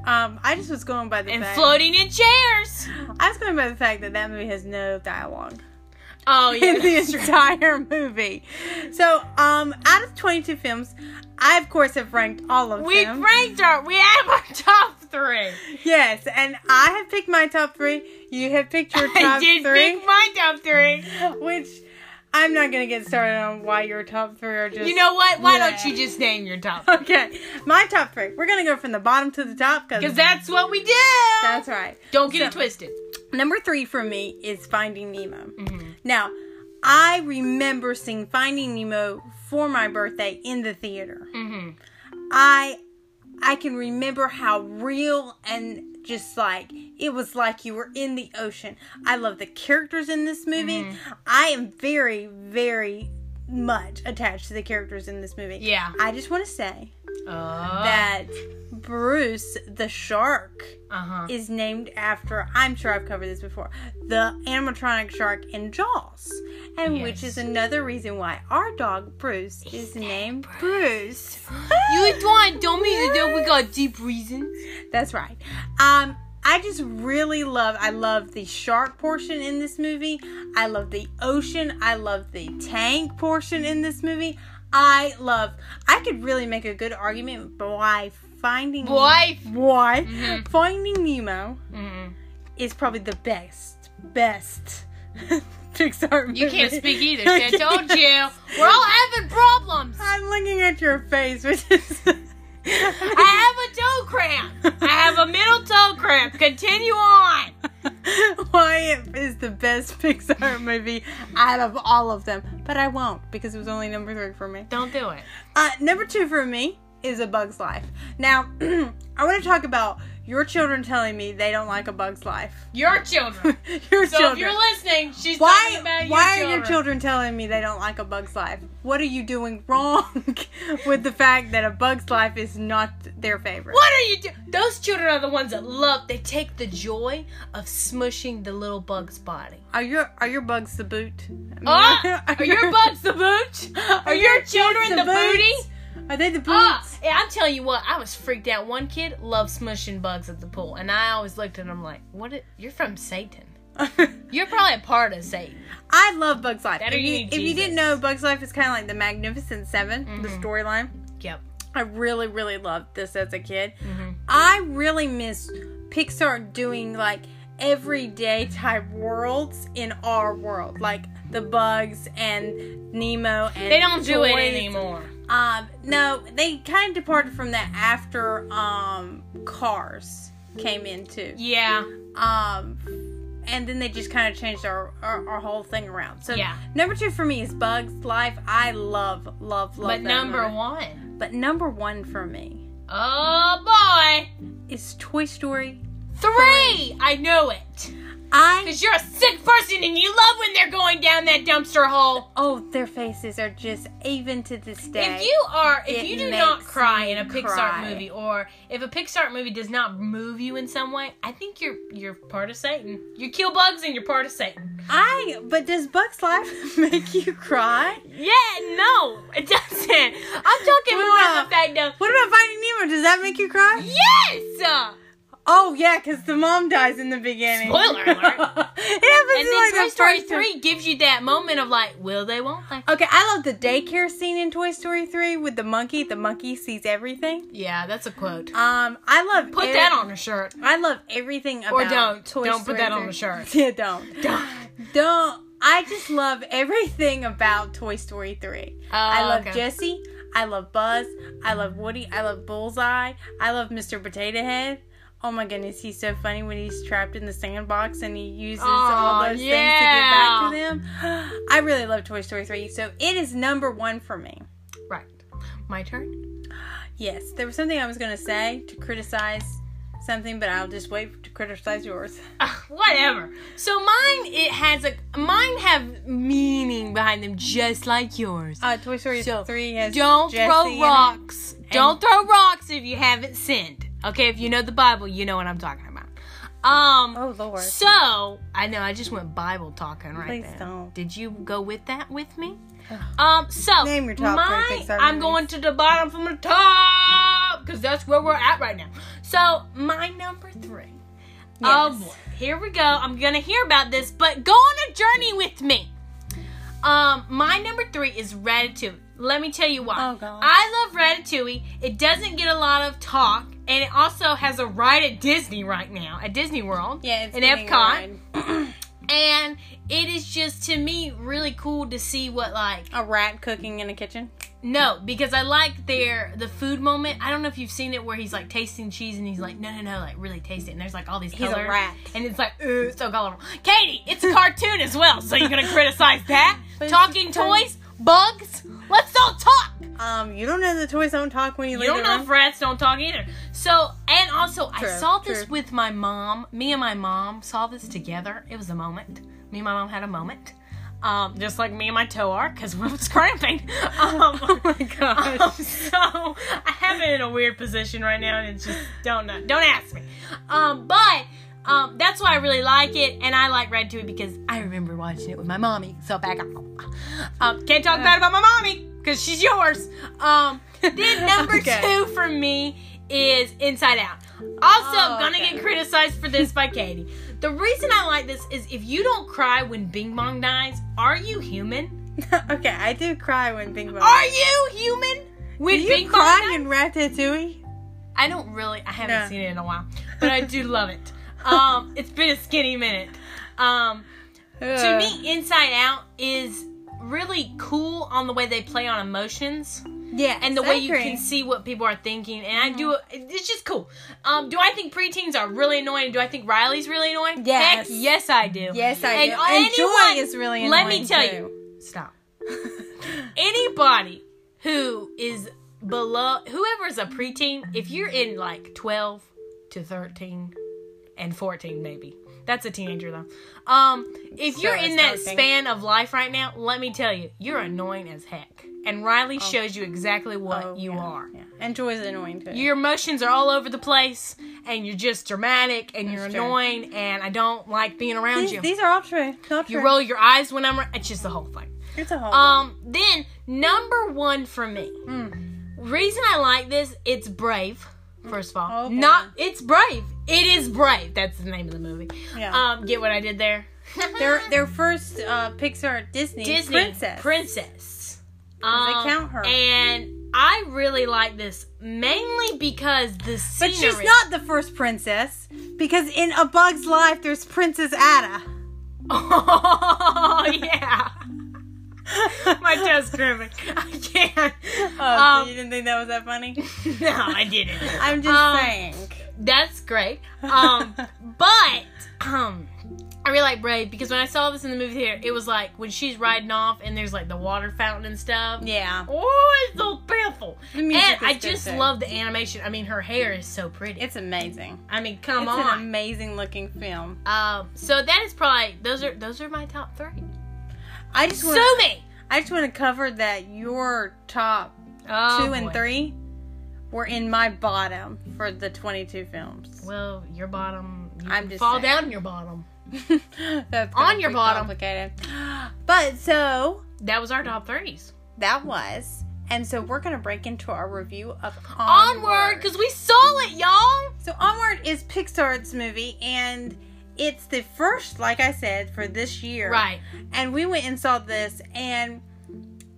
Speaker 2: Um, I just was going by the
Speaker 1: and
Speaker 2: fact.
Speaker 1: floating in chairs.
Speaker 2: I was going by the fact that that movie has no dialogue
Speaker 1: Oh yeah.
Speaker 2: in the
Speaker 1: that's true.
Speaker 2: entire movie. So, um, out of twenty-two films, I of course have ranked all of
Speaker 1: We
Speaker 2: them.
Speaker 1: ranked our. We have our top three.
Speaker 2: yes, and I have picked my top three. You have picked your
Speaker 1: I
Speaker 2: top
Speaker 1: did
Speaker 2: three,
Speaker 1: pick my top three.
Speaker 2: which I'm not going to get started on why your top three are just
Speaker 1: You know what? Why
Speaker 2: Yeah.
Speaker 1: don't you just name your top?
Speaker 2: Okay, my top three. We're gonna go from the bottom to the top
Speaker 1: Because
Speaker 2: because
Speaker 1: that's what we do.
Speaker 2: that's right.
Speaker 1: Don't get it
Speaker 2: So-
Speaker 1: twisted.
Speaker 2: Number three for me is Finding Nemo.
Speaker 1: Mm-hmm.
Speaker 2: Now, I remember seeing Finding Nemo for my birthday in the theater.
Speaker 1: Mm-hmm.
Speaker 2: I I can remember how real and just like it was like you were in the ocean. I love the characters in this movie.
Speaker 1: Mm-hmm.
Speaker 2: I am very, very much attached to the characters in this movie.
Speaker 1: Yeah.
Speaker 2: I just want to say
Speaker 1: Uh
Speaker 2: that Bruce the shark
Speaker 1: huh.
Speaker 2: is named after I'm sure I've covered this before the animatronic shark in Jaws, and which
Speaker 1: Yes.
Speaker 2: is another reason why our dog Bruce is named Bruce.
Speaker 1: You and Dwan told me to do. We got deep reasons.
Speaker 2: That's right. Um, I just really love. I love the shark portion in this movie. I love the ocean. I love the tank portion in this movie. I love. I could really make a good argument why Finding
Speaker 1: Why?
Speaker 2: why Finding Nemo
Speaker 1: Mm.
Speaker 2: is probably the best best Pixar movie.
Speaker 1: You can't speak either. See, I told you. We're all having problems.
Speaker 2: I'm looking at your face, which is.
Speaker 1: I have a toe cramp. I have a middle toe cramp. Continue on.
Speaker 2: Why it is the best Pixar movie out of all of them, but I won't because it was only number three for me.
Speaker 1: Don't do it.
Speaker 2: Uh, number two for me is A Bug's Life. Now, I want to talk about your children telling me they don't like A Bug's Life.
Speaker 1: Your children.
Speaker 2: your
Speaker 1: So if
Speaker 2: children.
Speaker 1: you're listening, she's talking
Speaker 2: why?
Speaker 1: about your
Speaker 2: Why
Speaker 1: children.
Speaker 2: are your children telling me they don't like A Bug's Life? What are you doing wrong with the fact that A Bug's Life is not their favorite?
Speaker 1: What are you doing? Those children are the ones that love. They take the joy of smushing the little bug's body.
Speaker 2: Are your Are your bugs the boot?
Speaker 1: Ah, are your bugs the boot? Are your
Speaker 2: kids
Speaker 1: children the booty?
Speaker 2: boots? Are they the boots?
Speaker 1: Ah, yeah, I'm telling you what, I was freaked out. One kid loved smushing bugs at the pool, and I always looked at him like, "What? i- you're from Satan. You're probably a part of Satan."
Speaker 2: I love Bugs Life.
Speaker 1: That
Speaker 2: If
Speaker 1: or
Speaker 2: you,
Speaker 1: you need
Speaker 2: if you didn't
Speaker 1: Jesus. Mm-hmm.
Speaker 2: know, Bugs Life is kind of like the Magnificent 7 the storyline.
Speaker 1: Yep.
Speaker 2: I really, really loved this as a kid.
Speaker 1: Mm-hmm.
Speaker 2: I really miss Pixar doing like everyday type worlds in our world, like the bugs and Nemo and
Speaker 1: They don't do it
Speaker 2: toys.
Speaker 1: anymore.
Speaker 2: Um, no, they kind of departed from that after um Cars came in too.
Speaker 1: Yeah.
Speaker 2: Um, and then they just kind of changed our, our our whole thing around. So
Speaker 1: Yeah.
Speaker 2: number two for me is Bugs Life. I love, love, love.
Speaker 1: But
Speaker 2: that
Speaker 1: number
Speaker 2: movie.
Speaker 1: one.
Speaker 2: But number one for me
Speaker 1: Oh boy.
Speaker 2: is Toy Story.
Speaker 1: Three. I know it.
Speaker 2: I
Speaker 1: Cause you're a sick person and you love when they're going down that dumpster hole.
Speaker 2: oh, their faces are just even to this day.
Speaker 1: If you are, if
Speaker 2: It
Speaker 1: you do not
Speaker 2: makes
Speaker 1: cry
Speaker 2: me
Speaker 1: in a Pixar
Speaker 2: cry.
Speaker 1: movie, or if a Pixar movie does not move you in some way, I think you're you're part of Satan. You kill bugs and you're part of Satan.
Speaker 2: I but does Bugs Life make you cry?
Speaker 1: Yeah, no, it doesn't. I'm talking
Speaker 2: What
Speaker 1: more of
Speaker 2: about-
Speaker 1: the fact of
Speaker 2: What about Finding Nemo? Does that make you cry?
Speaker 1: yes.
Speaker 2: Oh yeah, because the mom dies in the beginning.
Speaker 1: Spoiler alert.
Speaker 2: it happens
Speaker 1: And
Speaker 2: in,
Speaker 1: then
Speaker 2: like
Speaker 1: Toy
Speaker 2: the
Speaker 1: Story
Speaker 2: first or
Speaker 1: Three gives you that moment of like, will they, won't they?
Speaker 2: Okay, I love the daycare scene in Toy Story 3 with the monkey. The monkey sees everything.
Speaker 1: Yeah, that's a quote.
Speaker 2: Um, I love
Speaker 1: Put
Speaker 2: ev-
Speaker 1: that on a shirt.
Speaker 2: I love everything about
Speaker 1: Or don't.
Speaker 2: Toy
Speaker 1: Don't put
Speaker 2: Story
Speaker 1: that on
Speaker 2: 3.
Speaker 1: the shirt.
Speaker 2: yeah, don't. Don't. I just love everything about Toy Story 3.
Speaker 1: Oh,
Speaker 2: I love
Speaker 1: okay.
Speaker 2: Jesse. I love Buzz. I love Woody. I love Bullseye. I love Mr. Potato Head. Oh my goodness, he's so funny when he's trapped in the sandbox and he uses all
Speaker 1: Aw,
Speaker 2: those
Speaker 1: yeah.
Speaker 2: things to get back to them. I really love Toy Story 3, so it is number one for me.
Speaker 1: Right. My turn.
Speaker 2: Yes, there was something I was going to say to criticize something, but I'll just wait to criticize yours.
Speaker 1: Ugh, whatever. So mine, it has a mine have meaning behind them, just like yours.
Speaker 2: Uh, Toy Story
Speaker 1: So,
Speaker 2: 3 has
Speaker 1: Don't
Speaker 2: Jesse in
Speaker 1: throw
Speaker 2: it.
Speaker 1: rocks. Don't throw rocks if you haven't sinned. Okay, if you know the Bible, you know what I'm talking about. Um
Speaker 2: Oh lord.
Speaker 1: so I know I just went Bible talking right
Speaker 2: Please
Speaker 1: there.
Speaker 2: don't.
Speaker 1: Did you go with that with me? Um so
Speaker 2: Name your top
Speaker 1: my,
Speaker 2: three Pixar
Speaker 1: I'm
Speaker 2: movies.
Speaker 1: going to the bottom from the top because that's where we're at right now. So my number three. Oh
Speaker 2: Yes.
Speaker 1: boy, here we go. I'm gonna hear about this, but go on a journey with me. Um, my number three is Ratatouille. Let me tell you why.
Speaker 2: Oh, God.
Speaker 1: I love Ratatouille. It doesn't get a lot of talk, and it also has a ride at Disney right now at Disney World.
Speaker 2: Yeah, it's
Speaker 1: in
Speaker 2: getting
Speaker 1: Epcot
Speaker 2: wide.
Speaker 1: and it is just to me really cool to see what like
Speaker 2: A rat cooking in a kitchen.
Speaker 1: no because I like their the food moment. I don't know if you've seen it where he's like tasting cheese and he's like no no no like really taste it and there's like all these
Speaker 2: He's a
Speaker 1: colors
Speaker 2: rat.
Speaker 1: and it's like ooh so colorful. Katie, it's a cartoon as well, so you're gonna criticize that
Speaker 2: But it's
Speaker 1: talking
Speaker 2: just fun.
Speaker 1: toys bugs. Let's all talk.
Speaker 2: Um, you don't know the toys don't talk when you,
Speaker 1: You
Speaker 2: leave
Speaker 1: don't
Speaker 2: the
Speaker 1: know
Speaker 2: room.
Speaker 1: if rats don't talk either. So, and also,
Speaker 2: True,
Speaker 1: I saw this
Speaker 2: true.
Speaker 1: with my mom. Me and my mom saw this together. It was a moment. Me and my mom had a moment. Um, just like me and my toe are, because we was cramping. Um,
Speaker 2: Oh my gosh.
Speaker 1: um, so I have it in a weird position right now, and it's just don't know. Don't ask me. Um, but um, that's why I really like it, and I like Red Two because I remember watching it with my mommy. So back up. Um, can't talk bad about my mommy because she's yours. Um, then number
Speaker 2: Okay.
Speaker 1: two for me is Inside Out. Also,
Speaker 2: Oh,
Speaker 1: gonna
Speaker 2: okay.
Speaker 1: get criticized for this by Katie. The reason I like this is if you don't cry when Bing Bong dies, are you human?
Speaker 2: okay, I do cry when Bing Bong.
Speaker 1: Are you human? When
Speaker 2: do
Speaker 1: Bing
Speaker 2: you
Speaker 1: Bong
Speaker 2: cry
Speaker 1: dies?
Speaker 2: in Ratatouille?
Speaker 1: I don't really. I haven't
Speaker 2: Yeah.
Speaker 1: seen it in a while, but I do love it. Um, it's been a skinny minute. Um,
Speaker 2: Uh.
Speaker 1: to me, Inside Out is really cool on the way they play on emotions
Speaker 2: yeah,
Speaker 1: and the way you can see what people are thinking. And I do.
Speaker 2: Mm-hmm.
Speaker 1: It's just cool. Um, do I think preteens are really annoying? Do I think Riley's really annoying? Heck,
Speaker 2: Yes.
Speaker 1: yes, I do.
Speaker 2: Yes, I
Speaker 1: and
Speaker 2: do.
Speaker 1: Anyone,
Speaker 2: and Joy is really annoying
Speaker 1: Let me tell
Speaker 2: too.
Speaker 1: you. Stop. Anybody who is below, whoever is a preteen, if you're in like 12 to 13 and 14, maybe. That's a teenager though. Um, if
Speaker 2: Still,
Speaker 1: you're in
Speaker 2: it's
Speaker 1: that
Speaker 2: not a thing.
Speaker 1: span of life right now, let me tell you, you're annoying as heck. And Riley shows you exactly what
Speaker 2: Oh,
Speaker 1: you
Speaker 2: yeah,
Speaker 1: are.
Speaker 2: Yeah. And Joy is annoying too.
Speaker 1: Your emotions are all over the place, and you're just dramatic, and you're
Speaker 2: That's true.
Speaker 1: annoying, and I don't like being around
Speaker 2: these,
Speaker 1: you.
Speaker 2: these are all true. It's all
Speaker 1: you
Speaker 2: true.
Speaker 1: roll your eyes when I'm. ar- It's just the whole thing.
Speaker 2: It's a whole.
Speaker 1: Um, then number one for me.
Speaker 2: Hmm.
Speaker 1: Reason I like this, it's brave. First of all,
Speaker 2: Oh, boy.
Speaker 1: not it's brave. It is brave. That's the name of the movie.
Speaker 2: Yeah.
Speaker 1: Um, get what I did there?
Speaker 2: their their first uh, Pixar Disney,
Speaker 1: Disney
Speaker 2: princess.
Speaker 1: Princess.
Speaker 2: they
Speaker 1: Um,
Speaker 2: count her.
Speaker 1: And I really like this mainly because the
Speaker 2: but
Speaker 1: scenery.
Speaker 2: she's not the first princess because in A Bug's Life there's Princess Ada.
Speaker 1: Oh yeah. My toe's screaming. I can't.
Speaker 2: Oh, so
Speaker 1: Um,
Speaker 2: you didn't think that was that funny?
Speaker 1: no, I didn't.
Speaker 2: I'm just
Speaker 1: Um,
Speaker 2: saying.
Speaker 1: That's great. Um, but um, I really like Brave because when I saw this in the movie theater, it was like when she's riding off and there's like the water fountain and stuff.
Speaker 2: Yeah.
Speaker 1: Oh, it's so beautiful.
Speaker 2: The
Speaker 1: And
Speaker 2: music is
Speaker 1: I
Speaker 2: good,
Speaker 1: just
Speaker 2: too.
Speaker 1: love the animation. I mean, her hair is so pretty.
Speaker 2: It's amazing.
Speaker 1: I mean, come
Speaker 2: it's an
Speaker 1: on.
Speaker 2: amazing looking film.
Speaker 1: um, so that is probably those are those are my top three.
Speaker 2: I just want
Speaker 1: Sue me.
Speaker 2: I just want to cover that your top
Speaker 1: Oh,
Speaker 2: two and
Speaker 1: boy.
Speaker 2: three were in my bottom for the 22 films.
Speaker 1: Well, your bottom. You
Speaker 2: I'm
Speaker 1: can
Speaker 2: just
Speaker 1: fall
Speaker 2: saying.
Speaker 1: down your bottom.
Speaker 2: That's
Speaker 1: On your
Speaker 2: pretty
Speaker 1: bottom.
Speaker 2: complicated. But so
Speaker 1: That was our top threes.
Speaker 2: that was, and so we're gonna break into our review of
Speaker 1: Onward, because we saw it, y'all.
Speaker 2: So Onward is Pixar's movie, and it's the first, like I said, for this year.
Speaker 1: Right.
Speaker 2: And we went and saw this, and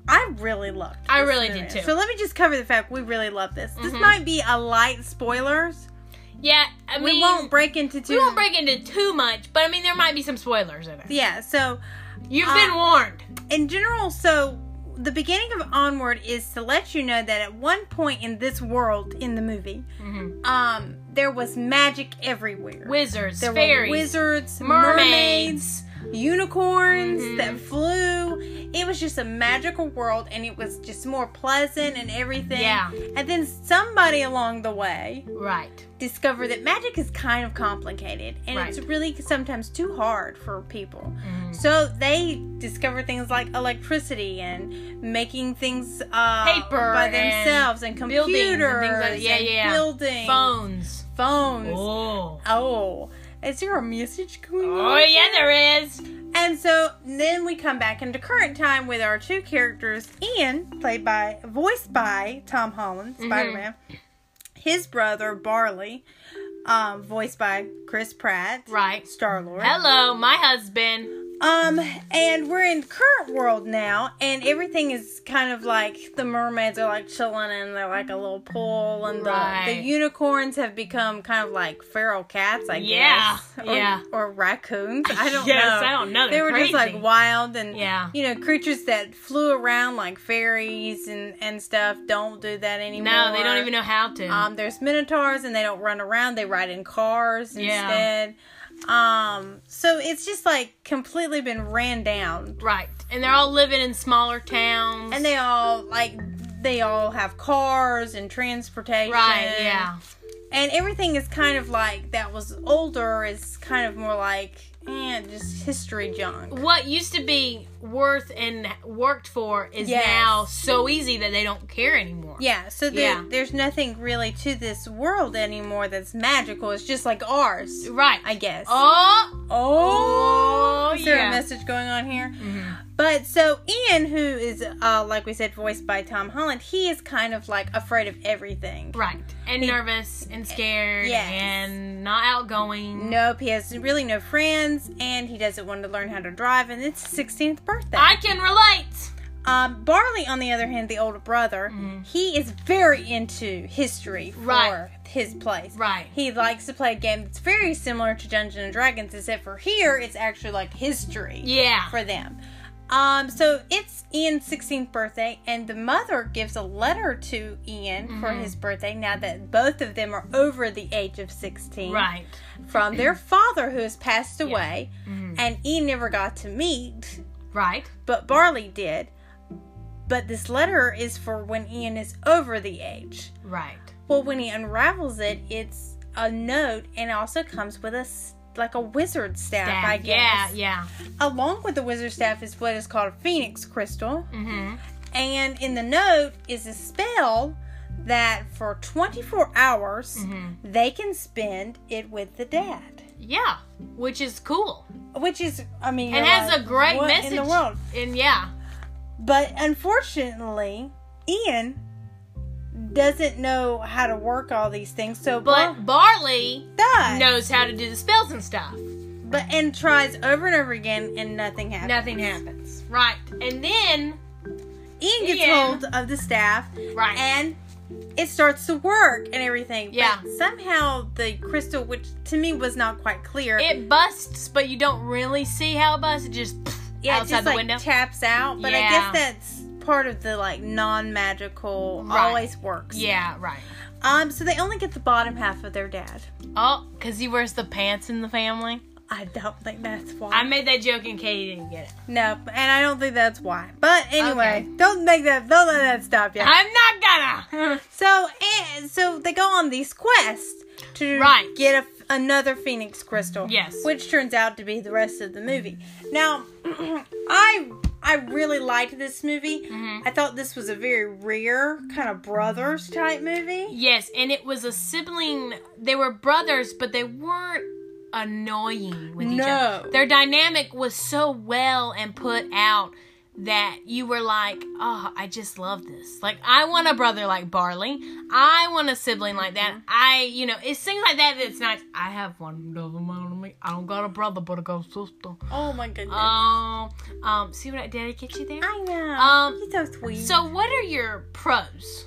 Speaker 2: I really loved.
Speaker 1: I
Speaker 2: this
Speaker 1: really
Speaker 2: movie.
Speaker 1: did too. Mm-hmm.
Speaker 2: So let me just cover the fact we really love this. This might be a light spoilers.
Speaker 1: Yeah, I mean,
Speaker 2: we won't break into too.
Speaker 1: We won't break into too much, but I mean, there might be some spoilers in it.
Speaker 2: Yeah. So
Speaker 1: You've
Speaker 2: Uh,
Speaker 1: been warned.
Speaker 2: in general, so the beginning of Onward is to let you know that at one point in this world in the movie, um, there was magic everywhere.
Speaker 1: Wizards,
Speaker 2: there
Speaker 1: fairies,
Speaker 2: were wizards, mermaids,
Speaker 1: mermaids.
Speaker 2: unicorns
Speaker 1: Mm-hmm.
Speaker 2: that flew. It was just a magical world, and it was just more pleasant and everything.
Speaker 1: Yeah.
Speaker 2: And then somebody along the way
Speaker 1: Right.
Speaker 2: discovered that magic is kind of complicated, and it's
Speaker 1: Right. Mm-hmm.
Speaker 2: really sometimes too hard for people. So they discover things like electricity and making things uh,
Speaker 1: Paper
Speaker 2: by
Speaker 1: and
Speaker 2: themselves and computers,
Speaker 1: buildings and things like- yeah,
Speaker 2: and
Speaker 1: yeah.
Speaker 2: buildings,
Speaker 1: Phones.
Speaker 2: phones. Oh.
Speaker 1: Oh.
Speaker 2: is there a message going on?
Speaker 1: Oh yeah, there is.
Speaker 2: And so then we come back into current time with our two characters, Ian, played by voiced by Tom Holland,
Speaker 1: Mm-hmm.
Speaker 2: Spider Man, his brother Barley, um, voiced by Chris Pratt,
Speaker 1: Right.
Speaker 2: Star Lord.
Speaker 1: Hello, my husband.
Speaker 2: Um, and we're in current world now, and everything is kind of like the mermaids are like chilling and they're like a little pool, and the, the
Speaker 1: Right.
Speaker 2: unicorns have become kind of like feral cats, I
Speaker 1: Yeah,
Speaker 2: guess.
Speaker 1: yeah.
Speaker 2: Or raccoons. I don't
Speaker 1: Yes,
Speaker 2: know.
Speaker 1: I don't know.
Speaker 2: They
Speaker 1: They're
Speaker 2: were just like
Speaker 1: crazy.
Speaker 2: wild and
Speaker 1: Yeah.
Speaker 2: you know, creatures that flew around like fairies and, and stuff don't do that anymore.
Speaker 1: No, they don't even know how to.
Speaker 2: Um, there's minotaurs and they don't run around; they ride in cars
Speaker 1: Yeah.
Speaker 2: instead. Um, so it's just like completely been ran down,
Speaker 1: right. And they're all living in smaller towns.
Speaker 2: and they all like they all have cars and transportation.
Speaker 1: Right, yeah.
Speaker 2: And everything is kind of like that was older is kind of more like eh, just history junk.
Speaker 1: What used to be worth and worked for is
Speaker 2: Yes.
Speaker 1: now so easy that they don't care anymore.
Speaker 2: Yeah, so there,
Speaker 1: Yeah.
Speaker 2: there's nothing really to this world anymore that's magical. It's just like ours,
Speaker 1: Right.
Speaker 2: I guess.
Speaker 1: Oh,
Speaker 2: Oh,
Speaker 1: Oh,
Speaker 2: is there
Speaker 1: yeah. Mm-hmm.
Speaker 2: a message going on here? But so Ian, who is uh, like we said, voiced by Tom Holland, he is kind of like afraid of everything.
Speaker 1: right. And nervous and scared
Speaker 2: Yes.
Speaker 1: and not outgoing.
Speaker 2: Nope, he has really no friends, and he doesn't want to learn how to drive, and it's his 16th birthday.
Speaker 1: I can relate.
Speaker 2: um, Barley, on the other hand, the older brother, he is very into history for
Speaker 1: Mm-hmm. Right.
Speaker 2: his place.
Speaker 1: Right.
Speaker 2: He likes to play a game that's very similar to Dungeons and Dragons, except for here, it's actually like history.
Speaker 1: Yeah.
Speaker 2: for them. Um, so it's Ian's 16th birthday, and the mother gives a letter to Ian for
Speaker 1: Mm-hmm.
Speaker 2: his birthday now that both of them are over the age of 16
Speaker 1: Right.
Speaker 2: from their father who has passed away,
Speaker 1: Mm-hmm.
Speaker 2: and Ian never got to meet,
Speaker 1: Right.
Speaker 2: but Barley did. But this letter is for when Ian is over the age.
Speaker 1: Right.
Speaker 2: Well, when he unravels it, it's a note and also comes with a s- like a wizard staff, I
Speaker 1: Dad. yeah,
Speaker 2: guess
Speaker 1: yeah.
Speaker 2: along with the wizard staff is what is called a phoenix crystal
Speaker 1: Mm-hmm.
Speaker 2: and in the note is a spell that for 24 hours
Speaker 1: Mm-hmm.
Speaker 2: they can spend it with the dad
Speaker 1: Yeah. Which is cool.
Speaker 2: which is i mean
Speaker 1: And
Speaker 2: you're
Speaker 1: has
Speaker 2: like,
Speaker 1: a great
Speaker 2: what
Speaker 1: message.
Speaker 2: in the world
Speaker 1: And yeah.
Speaker 2: but unfortunately ian doesn't know how to work all these things so
Speaker 1: But
Speaker 2: Bar-
Speaker 1: Barley
Speaker 2: does
Speaker 1: knows how to do the spells and stuff.
Speaker 2: but and tries over and over again and nothing happens
Speaker 1: Nothing happens. Right. And then
Speaker 2: ian gets
Speaker 1: Ian-
Speaker 2: hold of the staff
Speaker 1: Right.
Speaker 2: and it starts to work and everything. But
Speaker 1: Yeah.
Speaker 2: somehow the crystal, which to me was not quite clear,
Speaker 1: it busts, but you don't really see how it busts. It just pfft,
Speaker 2: yeah, it
Speaker 1: outside
Speaker 2: just
Speaker 1: the
Speaker 2: like
Speaker 1: window.
Speaker 2: taps out. But
Speaker 1: Yeah.
Speaker 2: I guess that's part of the like non-magical
Speaker 1: Right.
Speaker 2: always works.
Speaker 1: yeah, right.
Speaker 2: Um. So they only get the bottom half of their dad.
Speaker 1: Oh, because he wears the pants in the family.
Speaker 2: I don't think that's why.
Speaker 1: I made that joke and Katie didn't get it.
Speaker 2: no, and I don't think that's why. But anyway,
Speaker 1: Okay.
Speaker 2: don't make that. Don't let that stop you.
Speaker 1: I'm not gonna.
Speaker 2: So and so they go on these quests to
Speaker 1: Right.
Speaker 2: get a, another phoenix crystal.
Speaker 1: Yes.
Speaker 2: which turns out to be the rest of the movie. Now, I I really liked this movie.
Speaker 1: Mm-hmm.
Speaker 2: I thought this was a very rare kind of brothers type movie.
Speaker 1: yes, and it was a sibling. They were brothers, but they weren't annoying with each
Speaker 2: No.
Speaker 1: other. Their dynamic was so well and put out that you were like, oh, I just love this. Like, I want a brother like Barley. I want a sibling like
Speaker 2: Mm-hmm.
Speaker 1: that. I, you know, it's things like that that's nice. I have one of my own. me. I don't got a brother, but I got a sister.
Speaker 2: Oh my goodness!
Speaker 1: Um, um, see what I did? I get you there.
Speaker 2: I know.
Speaker 1: um,
Speaker 2: he's so sweet.
Speaker 1: So, what are your pros?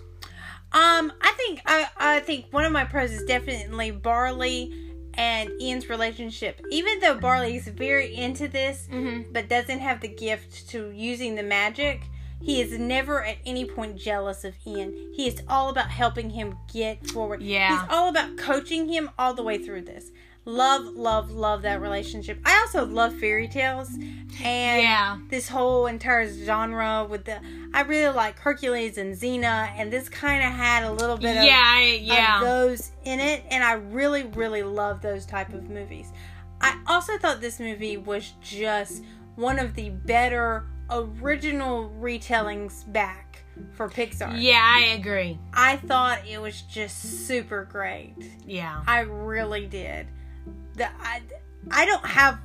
Speaker 2: Um, I think I I think one of my pros is definitely Barley and Ian's relationship. Even though Barley is very into this,
Speaker 1: Mm-hmm.
Speaker 2: but doesn't have the gift to using the magic, he is never at any point jealous of Ian. He is all about helping him get forward.
Speaker 1: Yeah.
Speaker 2: he's all about coaching him all the way through this. Love, love, love that relationship. I also love fairy tales, and
Speaker 1: Yeah.
Speaker 2: this whole entire genre with the I really like Hercules and Xena and this kind of had a little bit of,
Speaker 1: Yeah, I-
Speaker 2: of
Speaker 1: yeah,
Speaker 2: those in it and I really really love those type of movies. I also thought this movie was just one of the better original retellings back for Pixar.
Speaker 1: yeah. I agree.
Speaker 2: I thought it was just super great.
Speaker 1: Yeah,
Speaker 2: I really did. The I, I don't have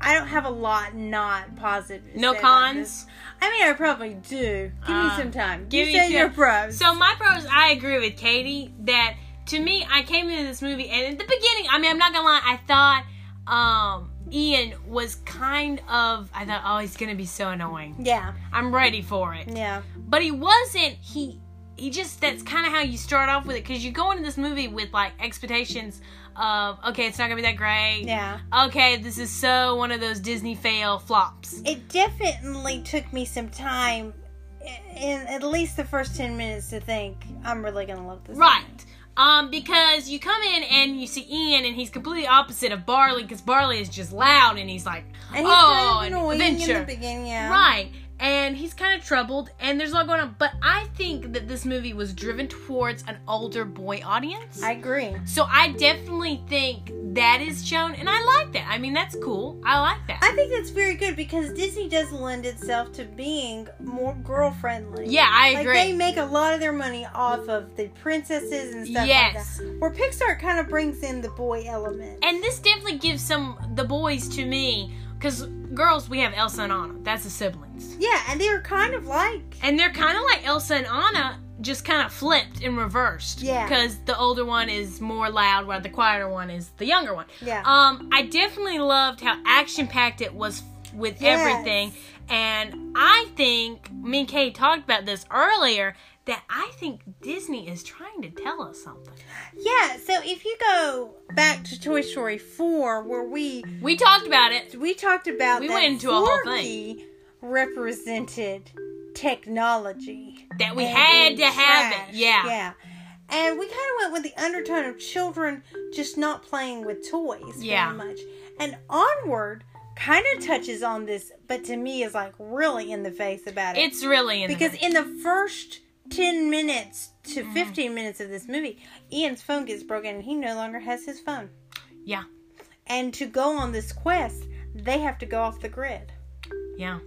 Speaker 2: I don't have a lot not positive. to
Speaker 1: no
Speaker 2: say about this.
Speaker 1: cons.
Speaker 2: I mean, I probably do. Give
Speaker 1: Uh,
Speaker 2: me some time.
Speaker 1: give
Speaker 2: Give
Speaker 1: me
Speaker 2: you say
Speaker 1: two-
Speaker 2: your pros.
Speaker 1: So my pros, I agree with Katie that to me, I came into this movie and at the beginning, I mean, I'm not gonna lie, I thought um Ian was kind of, I thought, oh, he's gonna be so annoying.
Speaker 2: yeah,
Speaker 1: I'm ready for it.
Speaker 2: yeah,
Speaker 1: but he wasn't he he just that's kind of how you start off with it because you go into this movie with like expectations of okay it's not gonna be that great
Speaker 2: yeah.
Speaker 1: okay this is so one of those disney fail flops
Speaker 2: It definitely took me some time, i- in at least the first ten minutes, to think I'm really gonna love this.
Speaker 1: right um because you come in and you see ian and he's completely opposite of barley because barley is just loud and he's like
Speaker 2: movie. and he's
Speaker 1: oh
Speaker 2: kind
Speaker 1: an
Speaker 2: of annoying
Speaker 1: adventure
Speaker 2: in the beginning. Yeah,
Speaker 1: right and he's kind of troubled and there's a lot going on but i think that this movie was driven towards an older boy audience
Speaker 2: I agree.
Speaker 1: so i definitely think that is shown and i like that i mean that's cool i like that
Speaker 2: I think that's very good because Disney does lend itself to being more girl friendly.
Speaker 1: yeah i
Speaker 2: Like
Speaker 1: agree
Speaker 2: they make a lot of their money off of the princesses and stuff
Speaker 1: yes
Speaker 2: like that. Where Pixar kind of brings in the boy element.
Speaker 1: and this definitely gives some the boys to me because girls we have elsa and anna that's the siblings
Speaker 2: yeah, and they're kind of like
Speaker 1: and they're kind of like elsa and anna just kind of flipped and reversed
Speaker 2: Yeah.
Speaker 1: because the older one is more loud while the quieter one is the younger one
Speaker 2: yeah.
Speaker 1: Um, I definitely loved how action packed it was with
Speaker 2: Yes.
Speaker 1: everything, and I think me and Kay talked about this earlier that I think Disney is trying to tell us something.
Speaker 2: Yeah, so if you go back to Toy Story 4, where we
Speaker 1: We talked about it.
Speaker 2: we talked about
Speaker 1: We
Speaker 2: that
Speaker 1: went into a whole thing.
Speaker 2: Forky represented technology.
Speaker 1: That we
Speaker 2: and
Speaker 1: had
Speaker 2: being
Speaker 1: to have
Speaker 2: trash.
Speaker 1: it. Yeah.
Speaker 2: Yeah. And we kind of went with the undertone of children just not playing with toys
Speaker 1: Yeah.
Speaker 2: very much. And Onward kind of touches on this, but to me is like really in the face about it.
Speaker 1: It's really in the- Mm-hmm.
Speaker 2: Because in the first 10 minutes to 15 minutes of this movie, Ian's phone gets broken and he no longer has his phone.
Speaker 1: Yeah.
Speaker 2: And to go on this quest, they have to go off the grid.
Speaker 1: Yeah.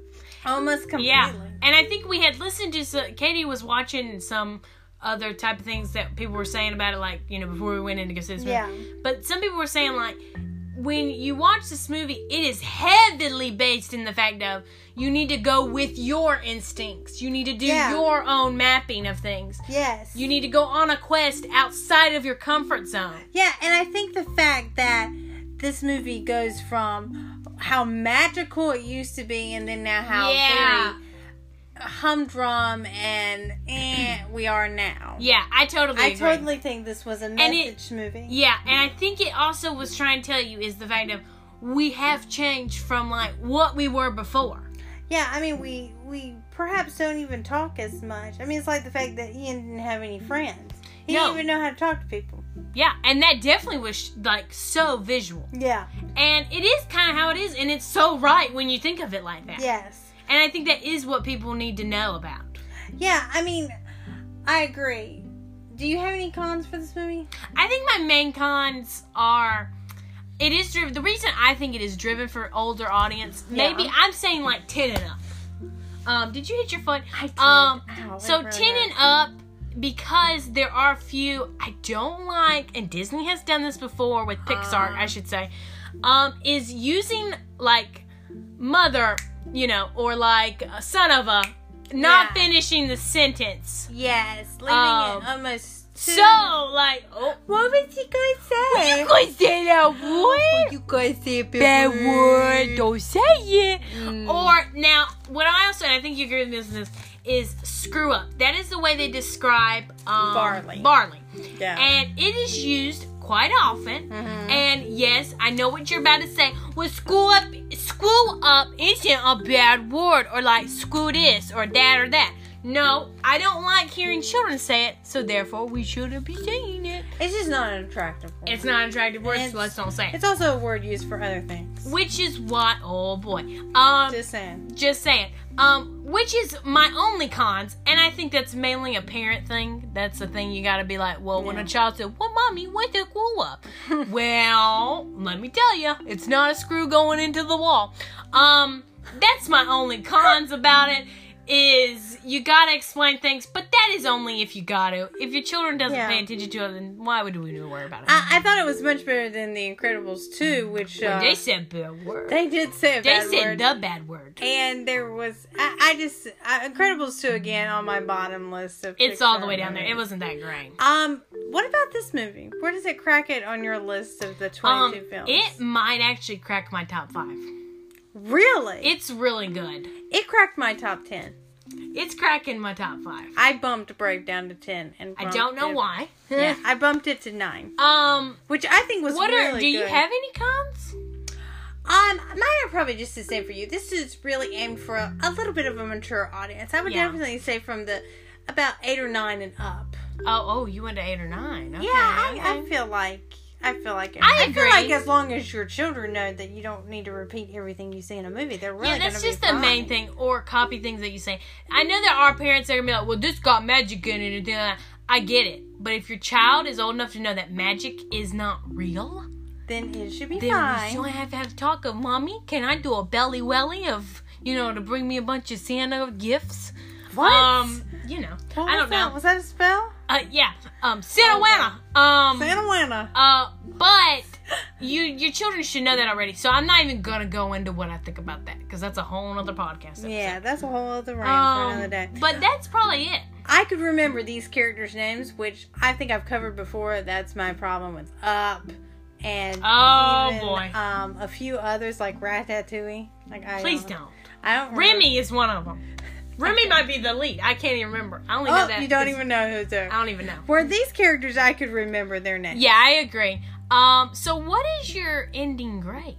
Speaker 2: Almost completely.
Speaker 1: Yeah. And I think we had listened to so, Katie was watching some other type of things that people were saying about it, like, you know, before we went in to go see this movie.
Speaker 2: Yeah.
Speaker 1: But some people were saying like when you watch this movie, it is heavily based in the fact of you need to go with your instincts. You need to do
Speaker 2: Yeah.
Speaker 1: your own mapping of things.
Speaker 2: Yes.
Speaker 1: You need to go on a quest outside of your comfort zone.
Speaker 2: yeah, and I think the fact that this movie goes from how magical it used to be and then now how
Speaker 1: Yeah.
Speaker 2: very humdrum and eh, we are now.
Speaker 1: Yeah, I totally
Speaker 2: I
Speaker 1: agree.
Speaker 2: totally think this was a
Speaker 1: it-
Speaker 2: message movie.
Speaker 1: Yeah, and I think it also was trying to tell you is the fact of we have changed from like what we were before.
Speaker 2: Yeah, I mean, we we perhaps don't even talk as much. I mean, it's like the fact that Ian didn't have any friends. He
Speaker 1: No.
Speaker 2: didn't even know how to talk to people.
Speaker 1: Yeah, and that definitely was like so visual.
Speaker 2: Yeah.
Speaker 1: And it is kind of how it is and it's so right when you think of it like that.
Speaker 2: Yes.
Speaker 1: And I think that is what people need to know about.
Speaker 2: Yeah, I mean, I agree. Do you have any cons for this movie?
Speaker 1: I think my main cons are it is driven the reason I think it is driven for older audience, maybe
Speaker 2: Yeah.
Speaker 1: I'm saying like ten and up. Um, did you hit your foot?
Speaker 2: I did.
Speaker 1: Um,
Speaker 2: Ow,
Speaker 1: So
Speaker 2: it really
Speaker 1: ten and up
Speaker 2: hurt.
Speaker 1: because there are few I don't like, and Disney has done this before with Pixar,
Speaker 2: Uh.
Speaker 1: I should say, um, is using like mother, you know, or like uh, son of a, not
Speaker 2: Yeah.
Speaker 1: finishing the sentence.
Speaker 2: Yes, leaving
Speaker 1: Um,
Speaker 2: it almost. to-
Speaker 1: So like, oh,
Speaker 2: what was he going to say?
Speaker 1: you could say that
Speaker 2: What
Speaker 1: word.
Speaker 2: you guys say a bad
Speaker 1: That word, don't say it.
Speaker 2: Mm.
Speaker 1: Or now, what I also and I think you agree with me on this is screw up. That is the way they describe um,
Speaker 2: Barley.
Speaker 1: Barley.
Speaker 2: Yeah.
Speaker 1: and it is used quite often.
Speaker 2: Mhm.
Speaker 1: And yes, I know what you're about to say. Well, screw up, screw up isn't a bad word, or like screw this or that or that. No, I don't like hearing children say it, so therefore we shouldn't be saying it.
Speaker 2: it's just not an attractive word.
Speaker 1: It's not an attractive word,
Speaker 2: It's-
Speaker 1: so let's don't say it.
Speaker 2: It's also a word used for other things.
Speaker 1: Which is what, oh boy, um, just,
Speaker 2: Just saying.
Speaker 1: saying, um, which is my only cons, and I think that's mainly a parent thing. That's the thing you got to be like, well, when
Speaker 2: Yeah.
Speaker 1: a child said, "Well, mommy, what's a screw up?" Well, let me tell you, it's not a screw going into the wall. Um, that's my only cons about it is you gotta explain things, but that is only if you gotta. If your children doesn't
Speaker 2: Yeah.
Speaker 1: pay attention to it, then why would we need to worry about it?
Speaker 2: I, I thought it was much better than The Incredibles 2, which uh,
Speaker 1: they said bad word. They,
Speaker 2: they did say a bad
Speaker 1: said
Speaker 2: word.
Speaker 1: the bad word.
Speaker 2: And there was, I, I just, I, Incredibles 2 again on my bottom list of.
Speaker 1: It's
Speaker 2: Pixar
Speaker 1: all the way down there. It
Speaker 2: movies.
Speaker 1: wasn't that great.
Speaker 2: Um, what about this movie? Where does it crack it on your list of the 22
Speaker 1: Um,
Speaker 2: films?
Speaker 1: it might actually crack my top five.
Speaker 2: really?
Speaker 1: It's really good.
Speaker 2: it cracked my top 10.
Speaker 1: It's cracking my top five.
Speaker 2: I bumped Brave down to 10. and
Speaker 1: I
Speaker 2: bumped
Speaker 1: don't know
Speaker 2: it-
Speaker 1: why.
Speaker 2: Yeah, I bumped it to 9,
Speaker 1: Um,
Speaker 2: which I think was
Speaker 1: what
Speaker 2: really
Speaker 1: are? Do you
Speaker 2: good.
Speaker 1: have any cons?
Speaker 2: Um, mine are probably just the same for you. This is really aimed for a, a little bit of a mature audience. I would
Speaker 1: Yeah.
Speaker 2: definitely say from the about eight or nine and up.
Speaker 1: Oh, oh, you went to eight or nine. Okay,
Speaker 2: Yeah, I, I
Speaker 1: okay.
Speaker 2: feel like I feel like
Speaker 1: I agree.
Speaker 2: feel like as long as your children know that you don't need to repeat everything you see in a movie, they're really
Speaker 1: yeah, that's
Speaker 2: gonna be
Speaker 1: just the main
Speaker 2: fine.
Speaker 1: thing, or copy things that you say. I know there are parents that are gonna be like, "Well, this got magic in it," and that. I get it, but if your child is old enough to know that magic is not real,
Speaker 2: Then it should be
Speaker 1: then we
Speaker 2: fine.
Speaker 1: still have to have a talk of, "Mommy, can I do a belly welly of you know to bring me a bunch of Santa gifts?"
Speaker 2: What?
Speaker 1: Um, you know,
Speaker 2: What
Speaker 1: I
Speaker 2: was
Speaker 1: don't know.
Speaker 2: That? Was that a spell?
Speaker 1: Uh, yeah, um, Santa Wana. Um,
Speaker 2: Santa Lana.
Speaker 1: uh, but you your children should know that already. So I'm not even gonna go into what I think about that because that's a whole other podcast. Episode.
Speaker 2: Yeah, that's a whole other rant for another
Speaker 1: Um,
Speaker 2: day.
Speaker 1: but that's probably it.
Speaker 2: I could remember these characters' names, which I think I've covered before. That's my problem with Up and
Speaker 1: Oh,
Speaker 2: even,
Speaker 1: boy.
Speaker 2: um, a few others like Ratatouille. Like I
Speaker 1: Please don't.
Speaker 2: I don't. remember-
Speaker 1: Remy is one of them. Remy might be the lead. I can't even remember. I only know
Speaker 2: Oh,
Speaker 1: that.
Speaker 2: you don't
Speaker 1: 'cause
Speaker 2: even know who's there.
Speaker 1: I don't even know.
Speaker 2: Were these characters I could remember their names?
Speaker 1: Yeah, I agree. Um, so what is your ending grade?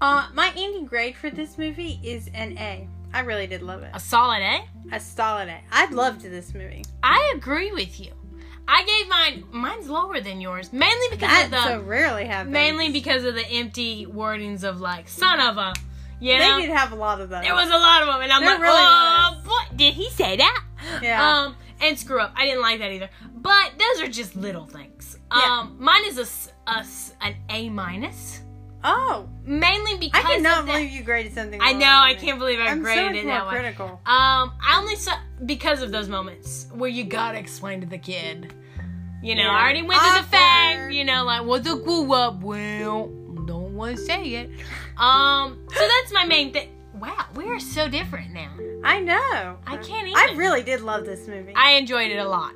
Speaker 2: Uh, my ending grade for this movie is an A. I really did love it.
Speaker 1: A solid A.
Speaker 2: A solid A. I loved this movie.
Speaker 1: I agree with you. I gave mine. Mine's lower than yours, mainly because
Speaker 2: That
Speaker 1: of the
Speaker 2: so rarely happens.
Speaker 1: mainly because of the empty wordings of like son of a. You
Speaker 2: they
Speaker 1: know,
Speaker 2: did have a lot of those.
Speaker 1: there was a lot of them, and I'm
Speaker 2: There
Speaker 1: like,
Speaker 2: really
Speaker 1: oh, boy, did he say that?
Speaker 2: Yeah.
Speaker 1: Um, and screw up. I didn't like that either. But those are just little things.
Speaker 2: Yeah.
Speaker 1: Um, mine is a, s- a s- an A minus,
Speaker 2: oh,
Speaker 1: mainly because
Speaker 2: I cannot
Speaker 1: of that-
Speaker 2: believe you graded something.
Speaker 1: I
Speaker 2: lower
Speaker 1: know. I
Speaker 2: than me.
Speaker 1: can't believe I
Speaker 2: I'm so
Speaker 1: graded
Speaker 2: much
Speaker 1: it
Speaker 2: more
Speaker 1: that way.
Speaker 2: critical.
Speaker 1: Um, I only saw because of those moments where you gotta explain to the kid. You know,
Speaker 2: Yeah.
Speaker 1: I already went through the fact.
Speaker 2: Awkward.
Speaker 1: You know, like what the glue up. Well, don't want to say it. Um, so that's my main thing. Wow, we are so different now.
Speaker 2: I know.
Speaker 1: I can't
Speaker 2: I
Speaker 1: even.
Speaker 2: really did love this movie. I,
Speaker 1: I enjoyed it a lot.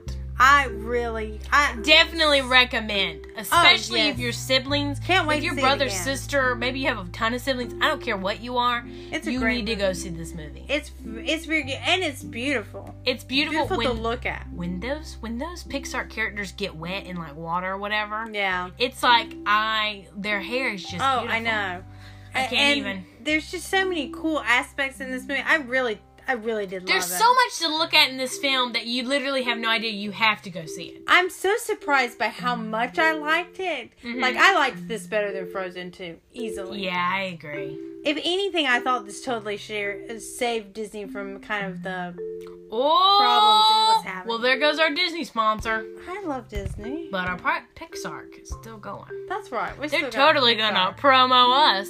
Speaker 2: really. I
Speaker 1: Definitely recommend, especially
Speaker 2: Oh, yes.
Speaker 1: if your siblings,
Speaker 2: Can't wait
Speaker 1: if
Speaker 2: to
Speaker 1: your
Speaker 2: see it
Speaker 1: brother,
Speaker 2: again.
Speaker 1: sister, maybe you have a ton of siblings. I don't care what you are.
Speaker 2: It's a
Speaker 1: you
Speaker 2: great
Speaker 1: need to
Speaker 2: movie.
Speaker 1: go see this movie.
Speaker 2: It's it's very good and it's beautiful.
Speaker 1: It's beautiful,
Speaker 2: Beautiful
Speaker 1: when
Speaker 2: to look at.
Speaker 1: when those when those Pixar characters get wet in like water or whatever,
Speaker 2: Yeah.
Speaker 1: it's like I their hair is just
Speaker 2: Oh, I
Speaker 1: beautiful.
Speaker 2: know.
Speaker 1: I
Speaker 2: A-
Speaker 1: can't
Speaker 2: and
Speaker 1: even.
Speaker 2: There's just so many cool aspects in this movie. I really, I really did
Speaker 1: There's
Speaker 2: love it.
Speaker 1: so much to look at in this film that you literally have no idea you have to go see it.
Speaker 2: I'm so surprised by how much I liked it.
Speaker 1: Mm-hmm.
Speaker 2: Like I liked this better than Frozen 2 easily.
Speaker 1: Yeah, I agree.
Speaker 2: If anything, I thought this totally share, saved Disney from kind of the.
Speaker 1: Oh,
Speaker 2: Problems it was having.
Speaker 1: well, there goes our Disney sponsor,
Speaker 2: I love Disney.
Speaker 1: but our part Pixar is still going.
Speaker 2: That's right. We're
Speaker 1: They're
Speaker 2: still going
Speaker 1: totally
Speaker 2: Pixar.
Speaker 1: gonna promo us.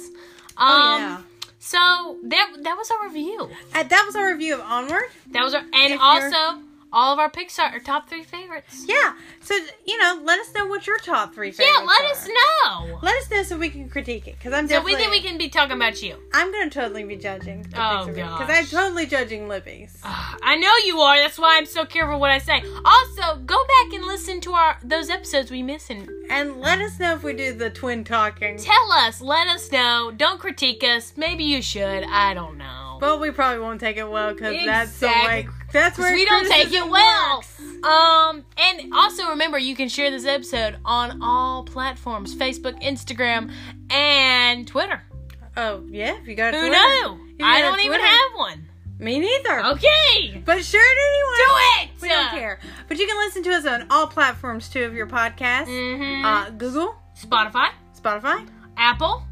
Speaker 1: Um,
Speaker 2: Oh, yeah.
Speaker 1: So that that was our review.
Speaker 2: Uh, that was our review of Onward.
Speaker 1: That was our and
Speaker 2: you're-
Speaker 1: also all of our Pixar our top three favorites.
Speaker 2: Yeah. So you know, let us know what your top three.
Speaker 1: Yeah,
Speaker 2: favorites
Speaker 1: let
Speaker 2: are.
Speaker 1: us know.
Speaker 2: Let us know so we can critique it because I'm
Speaker 1: So
Speaker 2: definitely.
Speaker 1: we think we can be talking about you.
Speaker 2: I'm gonna totally be judging.
Speaker 1: Oh,
Speaker 2: Because I'm
Speaker 1: gosh.
Speaker 2: totally judging Libby's.
Speaker 1: Ugh, I know you are. That's why I'm so careful what I say. Also, go back and listen to our those episodes we miss and
Speaker 2: And let us know if we do the twin talking.
Speaker 1: tell us. Let us know. Don't critique us. Maybe you should. I don't know.
Speaker 2: But we probably won't take it well because that's the
Speaker 1: Exactly.
Speaker 2: way. That's
Speaker 1: 'Cause
Speaker 2: where
Speaker 1: we don't take it
Speaker 2: criticism
Speaker 1: well.
Speaker 2: works.
Speaker 1: Um, and also remember you can share this episode on all platforms: Facebook, Instagram, and Twitter.
Speaker 2: Oh yeah, if you got.
Speaker 1: Who
Speaker 2: Twitter.
Speaker 1: knew?
Speaker 2: You
Speaker 1: I
Speaker 2: got
Speaker 1: don't even
Speaker 2: Twitter.
Speaker 1: have one.
Speaker 2: Me neither.
Speaker 1: Okay,
Speaker 2: But share it
Speaker 1: do
Speaker 2: anyway.
Speaker 1: it.
Speaker 2: We don't care. But you can listen to us on all platforms too of your podcast.
Speaker 1: hmm
Speaker 2: Uh, Google,
Speaker 1: Spotify,
Speaker 2: Spotify.
Speaker 1: Apple,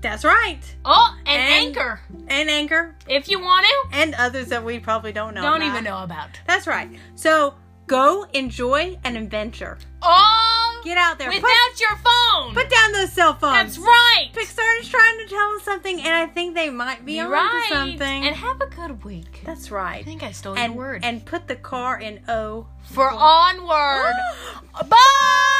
Speaker 2: That's right.
Speaker 1: oh, and,
Speaker 2: And-
Speaker 1: Anchor.
Speaker 2: And Anchor
Speaker 1: If you want to,
Speaker 2: and others that we probably don't know.
Speaker 1: don't
Speaker 2: about.
Speaker 1: even know about.
Speaker 2: That's right. So go enjoy an adventure.
Speaker 1: Oh,
Speaker 2: Get out there.
Speaker 1: without
Speaker 2: Put,
Speaker 1: your phone.
Speaker 2: put down those cell phones.
Speaker 1: That's right.
Speaker 2: Pixar is trying to tell us something, and I think they might be
Speaker 1: You're
Speaker 2: onto
Speaker 1: right.
Speaker 2: something.
Speaker 1: And have a good week.
Speaker 2: That's
Speaker 1: I
Speaker 2: right.
Speaker 1: think I stole your
Speaker 2: And
Speaker 1: word.
Speaker 2: and put the car in O.
Speaker 1: for onward. Bye.